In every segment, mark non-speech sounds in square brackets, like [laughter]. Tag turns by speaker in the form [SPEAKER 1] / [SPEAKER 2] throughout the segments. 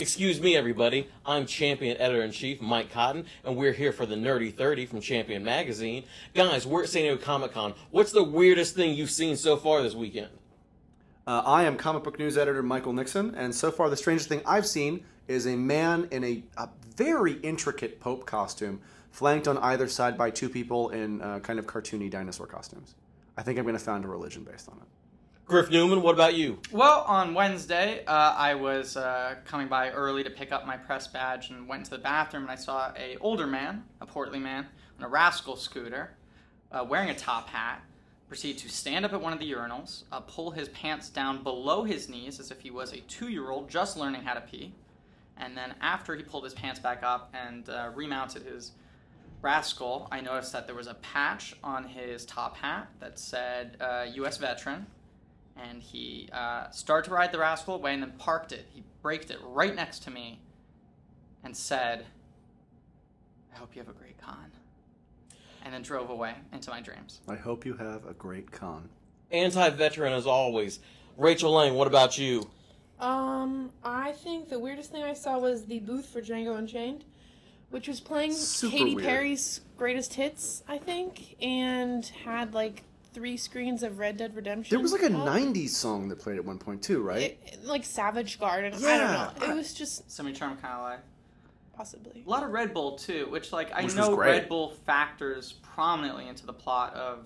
[SPEAKER 1] Excuse me, everybody. I'm Champion Editor in Chief Mike Cotton, and we're here for the Nerdy 30 from Champion Magazine. Guys, we're at San Diego Comic Con. What's the weirdest thing you've seen so far this weekend?
[SPEAKER 2] Uh, I am comic book news editor Michael Nixon, and so far the strangest thing I've seen is a man in a, a very intricate Pope costume, flanked on either side by two people in uh, kind of cartoony dinosaur costumes. I think I'm going to found a religion based on it.
[SPEAKER 1] Griff Newman, what about you?
[SPEAKER 3] Well, on Wednesday, uh, I was uh, coming by early to pick up my press badge and went to the bathroom and I saw a older man, a portly man, on a rascal scooter, uh, wearing a top hat, proceed to stand up at one of the urinals, uh, pull his pants down below his knees as if he was a two-year-old just learning how to pee, and then after he pulled his pants back up and uh, remounted his rascal, I noticed that there was a patch on his top hat that said uh, U.S. veteran and he uh, started to ride the rascal away and then parked it. He braked it right next to me and said, I hope you have a great con. And then drove away into my dreams.
[SPEAKER 2] I hope you have a great con.
[SPEAKER 1] Anti veteran, as always. Rachel Lane, what about you?
[SPEAKER 4] Um, I think the weirdest thing I saw was the booth for Django Unchained, which was playing
[SPEAKER 2] Super
[SPEAKER 4] Katy
[SPEAKER 2] weird.
[SPEAKER 4] Perry's greatest hits, I think, and had like three screens of Red Dead Redemption.
[SPEAKER 2] There was like a
[SPEAKER 4] up.
[SPEAKER 2] 90s song that played at one point too, right?
[SPEAKER 4] It- like Savage Garden.
[SPEAKER 2] Yeah.
[SPEAKER 4] I don't know. It was just
[SPEAKER 3] Semi charm kind of life.
[SPEAKER 4] possibly.
[SPEAKER 3] A lot of Red Bull, too, which, like, I
[SPEAKER 2] Which was
[SPEAKER 3] know
[SPEAKER 2] great.
[SPEAKER 3] Red Bull factors prominently into the plot of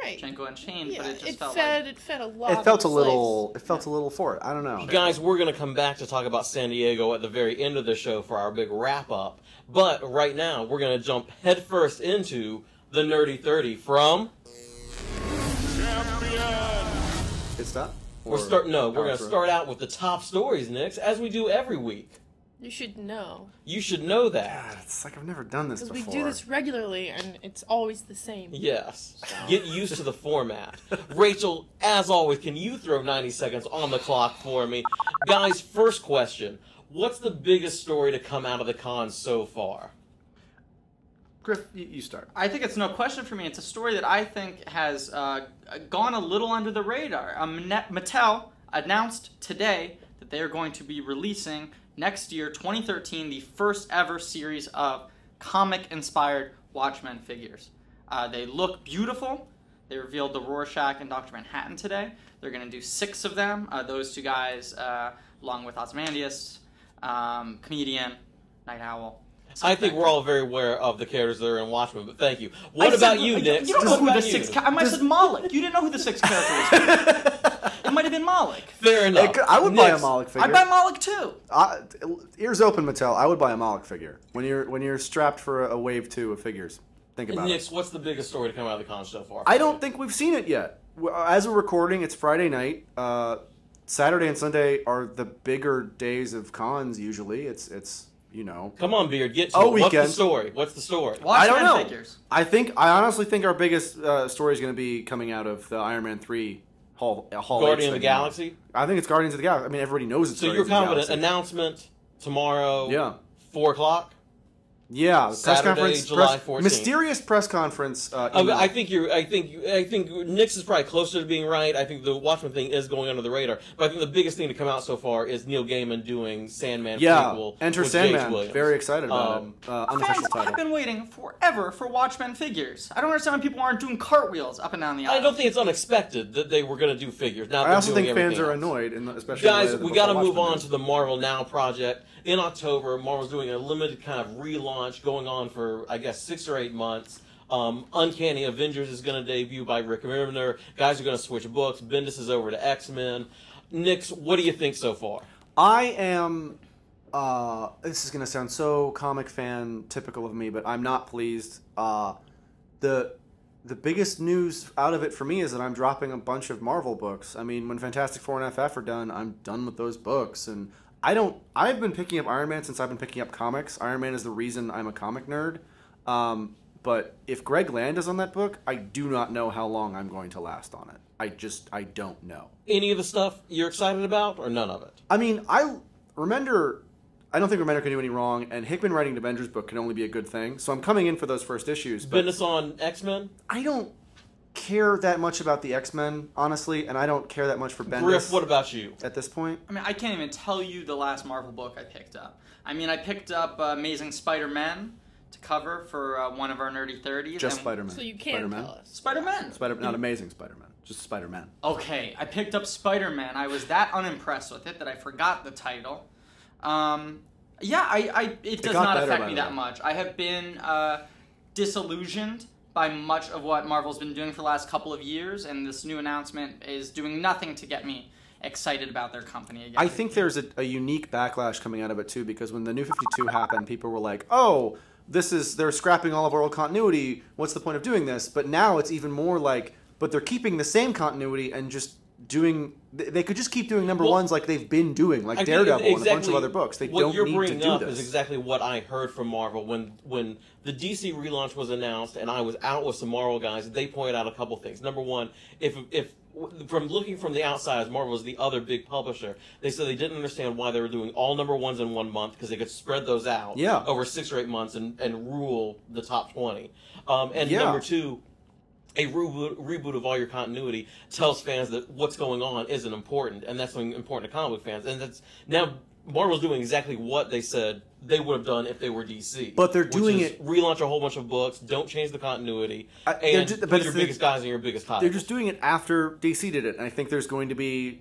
[SPEAKER 4] Right.
[SPEAKER 3] Django Unchained,
[SPEAKER 4] yeah,
[SPEAKER 3] but it just
[SPEAKER 4] it
[SPEAKER 3] felt
[SPEAKER 4] fed
[SPEAKER 3] like.
[SPEAKER 4] it fed a lot.
[SPEAKER 2] it felt
[SPEAKER 4] of
[SPEAKER 2] a
[SPEAKER 4] those
[SPEAKER 2] little. It felt a little for it. I don't know.
[SPEAKER 1] Guys, we're going to come back to talk about San Diego at the very end of the show for our big wrap up. But right now, we're going to jump headfirst into the Nerdy 30 from.
[SPEAKER 2] It's that.
[SPEAKER 1] We're start, no, we're going to start out with the top stories, Nix, as we do every week.
[SPEAKER 4] slaves. You should know
[SPEAKER 1] You should know that.
[SPEAKER 2] God, it's like I've never done this
[SPEAKER 4] because
[SPEAKER 2] before.
[SPEAKER 4] we do this regularly, and it's always the same.
[SPEAKER 1] Yes. Get used to the format. Rachel, as always, can you throw 90 seconds on the clock for me? Guys, first question. What's the biggest story to come out of the con so far?
[SPEAKER 2] Griff, you,
[SPEAKER 1] [laughs]
[SPEAKER 2] you start.
[SPEAKER 3] I think it's no question for me. It's a story that I think has uh, gone a little under the radar. Um, Net- Mattel announced today that they are going to be releasing next year, 2013, the first ever series of comic inspired Watchmen figures. Uh, they look beautiful. They revealed the Rorschach and Dr. Manhattan today. They're going to do six of them. Uh, those two guys, uh, along with Ozymandias, um, comedian, Night Owl.
[SPEAKER 1] I think we're all very aware of the characters that are in Watchmen, but thank you. What
[SPEAKER 3] I
[SPEAKER 1] about
[SPEAKER 3] said-
[SPEAKER 1] you,
[SPEAKER 3] I-
[SPEAKER 1] Nick?
[SPEAKER 3] You
[SPEAKER 1] What
[SPEAKER 3] don't know who
[SPEAKER 1] about
[SPEAKER 3] the
[SPEAKER 1] you?
[SPEAKER 3] sixth. Ca- I might have said Malik. You didn't know who the
[SPEAKER 1] [laughs]
[SPEAKER 3] sixth character was. it might have been Malik.
[SPEAKER 1] Fair enough.
[SPEAKER 2] I would buy a
[SPEAKER 1] Nix,
[SPEAKER 2] Moloch figure.
[SPEAKER 3] I'd buy Malik too.
[SPEAKER 2] I, ears open, Mattel. I would buy a Moloch figure when you're when you're strapped for a, a wave two of figures. Think about it.
[SPEAKER 1] Nix, what's the biggest story to come out of the con so far?
[SPEAKER 2] I don't think we've seen it yet. Well, As we're recording, it's Friday night. Uh, Saturday and Sunday are the bigger days of cons. Usually, it's it's you know.
[SPEAKER 1] Come on, Beard, get to
[SPEAKER 2] Oh,
[SPEAKER 1] it. What's the
[SPEAKER 2] weekend.
[SPEAKER 1] story? What's the story?
[SPEAKER 2] I
[SPEAKER 3] Watchmen
[SPEAKER 2] don't know.
[SPEAKER 3] figures.
[SPEAKER 2] I think I honestly think our biggest uh, story is going to be coming out of the Iron Man three hall. hall
[SPEAKER 1] Guardian of the
[SPEAKER 2] H thing.
[SPEAKER 1] Galaxy?
[SPEAKER 2] I think it's Guardians of the Galaxy. I mean, everybody knows it's.
[SPEAKER 1] So you're
[SPEAKER 2] Guardians of the
[SPEAKER 1] confident
[SPEAKER 2] Galaxy.
[SPEAKER 1] announcement tomorrow,
[SPEAKER 2] Yeah.
[SPEAKER 1] 4 o'clock?
[SPEAKER 2] Yeah, press
[SPEAKER 1] Saturday,
[SPEAKER 2] conference,
[SPEAKER 1] July
[SPEAKER 2] press-
[SPEAKER 1] 14th.
[SPEAKER 2] mysterious press conference. Uh,
[SPEAKER 1] I, mean,
[SPEAKER 2] email.
[SPEAKER 1] I think you're. I think. you- I think Nix is probably closer to being right. I think the Watchmen thing is going under the radar. But I think the biggest thing to come out so far is Neil Gaiman doing Sandman
[SPEAKER 2] yeah,
[SPEAKER 1] prequel.
[SPEAKER 2] Enter
[SPEAKER 1] with J.H.
[SPEAKER 2] Sandman.
[SPEAKER 1] Williams.
[SPEAKER 2] Very excited about
[SPEAKER 1] Um,
[SPEAKER 2] it. Uh,
[SPEAKER 3] Fans
[SPEAKER 2] unofficial
[SPEAKER 3] have
[SPEAKER 2] title.
[SPEAKER 3] been waiting forever for Watchmen figures. I don't understand why people aren't doing cartwheels up and down the aisle.
[SPEAKER 1] I don't think it's unexpected that they were going to do figures. Now
[SPEAKER 2] I
[SPEAKER 1] they're
[SPEAKER 2] also
[SPEAKER 1] doing
[SPEAKER 2] think fans
[SPEAKER 1] everything
[SPEAKER 2] are
[SPEAKER 1] else.
[SPEAKER 2] annoyed, in the, especially
[SPEAKER 1] Guys, we got to move on to the Marvel Now project. In October, Marvel's doing a limited kind of relaunch going on for, I guess, six or eight months. Um, Uncanny Avengers is going to debut by Rick Remender. Guys are going to switch books. Bendis is over to X Men. Nix, what do you think so far?
[SPEAKER 2] I am. Uh, this is gonna sound so comic fan typical of me, but I'm not pleased. Uh, the the biggest news out of it for me is that I'm dropping a bunch of Marvel books. I mean, when Fantastic Four and FF are done, I'm done with those books, and I don't. I've been picking up Iron Man since I've been picking up comics. Iron Man is the reason I'm a comic nerd. Um, but if Greg Land is on that book, I do not know how long I'm going to last on it. I just I don't know.
[SPEAKER 1] Any of the stuff you're excited about, or none of it?
[SPEAKER 2] I mean, I Remender. I don't think Remender can do any wrong, and Hickman writing the Bender's book can only be a good thing. So I'm coming in for those first issues, but
[SPEAKER 1] Bendis on X Men.
[SPEAKER 2] I don't. care that much about the X Men, honestly, and I don't care that much for Bendis
[SPEAKER 1] Griff, what about you?
[SPEAKER 2] at this point.
[SPEAKER 3] I mean, I can't even tell you the last Marvel book I picked up. I mean, I picked up uh, Amazing Spider-Man to cover for uh, one of our nerdy thirties.
[SPEAKER 2] Just Spider Man.
[SPEAKER 4] So you can
[SPEAKER 2] Spider-Man.
[SPEAKER 4] tell us.
[SPEAKER 3] Spider-Man.
[SPEAKER 2] Spider, not amazing Spider Man, just Spider Man.
[SPEAKER 3] Okay, I picked up Spider Man. I was that unimpressed with it that I forgot the title. Um, yeah, I, I it does
[SPEAKER 2] got
[SPEAKER 3] not
[SPEAKER 2] better, by
[SPEAKER 3] affect me
[SPEAKER 2] the
[SPEAKER 3] that
[SPEAKER 2] way.
[SPEAKER 3] much. I have been uh, disillusioned by much of what Marvel's been doing for the last couple of years, and this new announcement is doing nothing to get me excited about their company again.
[SPEAKER 2] I think there's a, a unique backlash coming out of it too, because when the New Fifty Two happened, people were like, "Oh, this is they're scrapping all of our old continuity. What's the point of doing this?" But now it's even more like, but they're keeping the same continuity and just doing. th- They could just keep doing number
[SPEAKER 1] Well,
[SPEAKER 2] ones like they've been doing, like
[SPEAKER 1] I think
[SPEAKER 2] Daredevil and a bunch
[SPEAKER 1] exactly
[SPEAKER 2] of other books. They
[SPEAKER 1] what
[SPEAKER 2] don't
[SPEAKER 1] you're
[SPEAKER 2] need to
[SPEAKER 1] bringing
[SPEAKER 2] do
[SPEAKER 1] up
[SPEAKER 2] this.
[SPEAKER 1] is exactly what I heard from Marvel when when the DC relaunch was announced, and I was out with some Marvel guys. They pointed out a couple things. Number one, if if from looking from the outside, as Marvel was the other big publisher, they said they didn't understand why they were doing all number ones in one month because they could spread those out
[SPEAKER 2] Yeah.
[SPEAKER 1] over six or eight months and, and rule the top twenty. Um, and
[SPEAKER 2] Yeah.
[SPEAKER 1] number two, a reboot, reboot of all your continuity tells fans that what's going on isn't important, and that's something important to comic book fans. And that's now Marvel's doing exactly what they said they would have done if they were DC.
[SPEAKER 2] But they're
[SPEAKER 1] which
[SPEAKER 2] doing
[SPEAKER 1] is
[SPEAKER 2] it-
[SPEAKER 1] Relaunch a whole bunch of books. Don't change the continuity.
[SPEAKER 2] I- they're
[SPEAKER 1] and
[SPEAKER 2] ju- but
[SPEAKER 1] put
[SPEAKER 2] it's
[SPEAKER 1] your
[SPEAKER 2] the-
[SPEAKER 1] biggest guys and your biggest titles.
[SPEAKER 2] They're just doing it after DC did it, and I think there's going to be,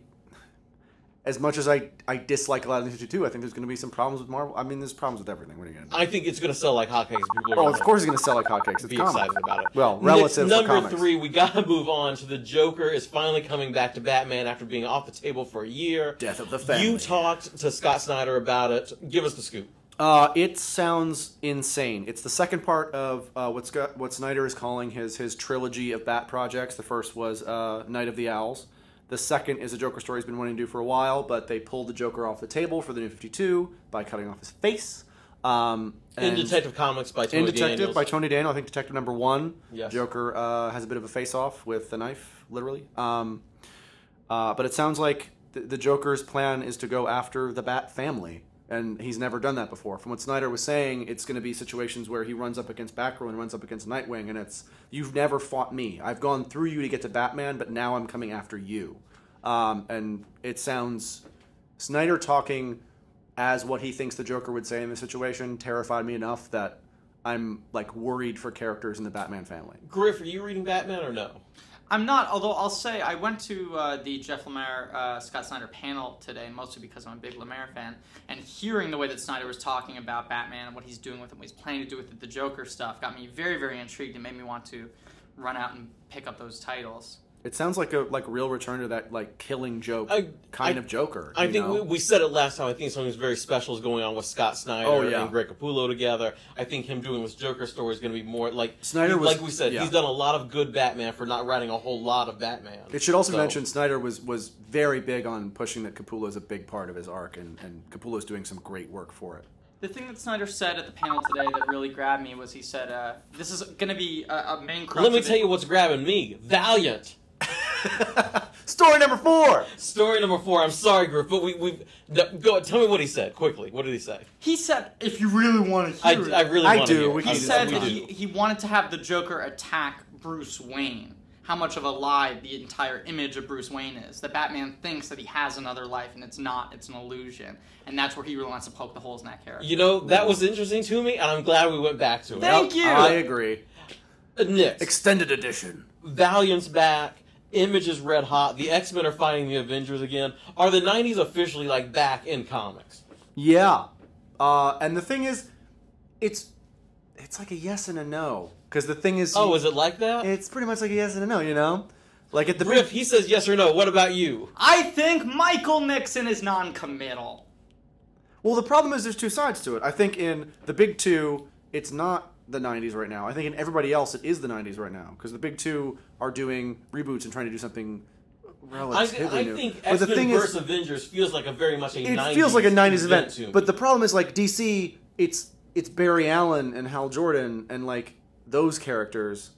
[SPEAKER 2] as much as I, I dislike a lot of New Fifty Two, I think there's going to be some problems with Marvel. I mean, there's problems with everything. What are you going to do?
[SPEAKER 1] I think it's going to sell like hotcakes. People are
[SPEAKER 2] Oh,
[SPEAKER 1] gonna
[SPEAKER 2] of course, it's going to sell like hotcakes. It's
[SPEAKER 1] Be
[SPEAKER 2] comics.
[SPEAKER 1] excited about it.
[SPEAKER 2] Well,
[SPEAKER 1] Next,
[SPEAKER 2] relative to
[SPEAKER 1] number
[SPEAKER 2] comics.
[SPEAKER 1] three, we gotta move on to the Joker is finally coming back to Batman after being off the table for a year.
[SPEAKER 2] Death of the family.
[SPEAKER 1] You talked to Scott Snyder about it. Give us the scoop.
[SPEAKER 2] Uh, it sounds insane. It's the second part of uh, what Scott, what Snyder is calling his his trilogy of Bat projects. The first was uh, Night of the Owls. The second is a Joker story he's been wanting to do for a while, but they pulled the Joker off the table for the New Fifty Two by cutting off his face. Um,
[SPEAKER 1] In
[SPEAKER 2] and-
[SPEAKER 1] Detective Comics by Tony
[SPEAKER 2] in Detective
[SPEAKER 1] Daniels.
[SPEAKER 2] by Tony Daniel. I think Detective number one.
[SPEAKER 1] Yes.
[SPEAKER 2] Joker uh, has a bit of a face off with the knife, literally. Um, uh, but it sounds like the, the Joker's plan is to go after the Bat family, and he's never done that before. From what Snyder was saying, it's going to be situations where he runs up against Batgirl and runs up against Nightwing, and it's you've never fought me. I've gone through you to get to Batman, but now I'm coming after you. Um, and it sounds Snyder talking as what he thinks the Joker would say in this situation terrified me enough that I'm like worried for characters in the Batman family.
[SPEAKER 1] Griff, are you reading Batman or no?
[SPEAKER 3] I'm not, although I'll say I went to uh, the Jeff Lemire uh, Scott Snyder panel today, mostly because I'm a big Lemire fan, and hearing the way that Snyder was talking about Batman and what he's doing with it, what he's planning to do with it, the Joker stuff, got me very, very intrigued and made me want to run out and pick up those titles.
[SPEAKER 2] It sounds like a like real return to that like killing joke
[SPEAKER 1] I-
[SPEAKER 2] kind
[SPEAKER 1] I-
[SPEAKER 2] of Joker.
[SPEAKER 1] I
[SPEAKER 2] you
[SPEAKER 1] think
[SPEAKER 2] know?
[SPEAKER 1] we, we said it last time. I think something very special is going on with Scott Snyder
[SPEAKER 2] Oh, yeah.
[SPEAKER 1] and Greg Capullo together. I think him doing this Joker story is going to be more like
[SPEAKER 2] Snyder was-
[SPEAKER 1] like we said.
[SPEAKER 2] yeah.
[SPEAKER 1] He's done a lot of good Batman for not writing a whole lot of Batman.
[SPEAKER 2] It should also
[SPEAKER 1] So-
[SPEAKER 2] be mentioned Snyder was was very big on pushing that Capullo's a big part of his arc, and and Capullo's doing some great work for it.
[SPEAKER 3] The thing that Snyder said at the panel today that really grabbed me was he said, uh, "This is going to be a, a main." crux
[SPEAKER 1] Let me
[SPEAKER 3] of it.
[SPEAKER 1] tell you what's grabbing me. Valiant.
[SPEAKER 2] [laughs] Story number four.
[SPEAKER 1] Story number four. I'm sorry, Griff, but we we no, go. Tell me what he said quickly. What did he say?
[SPEAKER 3] He said, "If you really want to
[SPEAKER 1] I,
[SPEAKER 3] hear it,
[SPEAKER 1] I really
[SPEAKER 2] I
[SPEAKER 1] want
[SPEAKER 2] do.
[SPEAKER 1] to. Hear.
[SPEAKER 2] We
[SPEAKER 1] it.
[SPEAKER 2] can
[SPEAKER 1] I-
[SPEAKER 3] He
[SPEAKER 2] do
[SPEAKER 3] said
[SPEAKER 1] we
[SPEAKER 2] that.
[SPEAKER 1] do.
[SPEAKER 3] he, he wanted to have the Joker attack Bruce Wayne. How much of a lie the entire image of Bruce Wayne is. That Batman thinks that he has another life, and it's not. It's an illusion, and that's where he really wants to poke the holes in that character.
[SPEAKER 1] You know that was interesting to me, and I'm glad we went back to it.
[SPEAKER 3] Thank you.
[SPEAKER 2] I agree.
[SPEAKER 1] Uh, Next.
[SPEAKER 2] Extended edition.
[SPEAKER 1] Valiant's back. Image is red hot. The X Men are fighting the Avengers again. Are the '90s officially like back in comics?
[SPEAKER 2] Yeah. Uh, and the thing is, it's it's like a yes and a no. Because the thing is,
[SPEAKER 1] Oh, is it like that?
[SPEAKER 2] it's pretty much like a yes and a no. You know, like at the
[SPEAKER 1] Griff, he says yes or no. What about you?
[SPEAKER 3] I think Michael Nixon is non-committal.
[SPEAKER 2] Well, the problem is there's two sides to it. I think in the big two, it's not the 90s right now. I think in everybody else, it is the 90s right now because the big two are doing reboots and trying to do something
[SPEAKER 1] I, I
[SPEAKER 2] relatively new.
[SPEAKER 1] think
[SPEAKER 2] but
[SPEAKER 1] X
[SPEAKER 2] the
[SPEAKER 1] Men
[SPEAKER 2] thing
[SPEAKER 1] versus
[SPEAKER 2] is,
[SPEAKER 1] Avengers feels like a very much a
[SPEAKER 2] it
[SPEAKER 1] 90s
[SPEAKER 2] feels like a 90s event.
[SPEAKER 1] to me.
[SPEAKER 2] But the problem is like DC, it's it's Barry Allen and Hal Jordan and like those characters,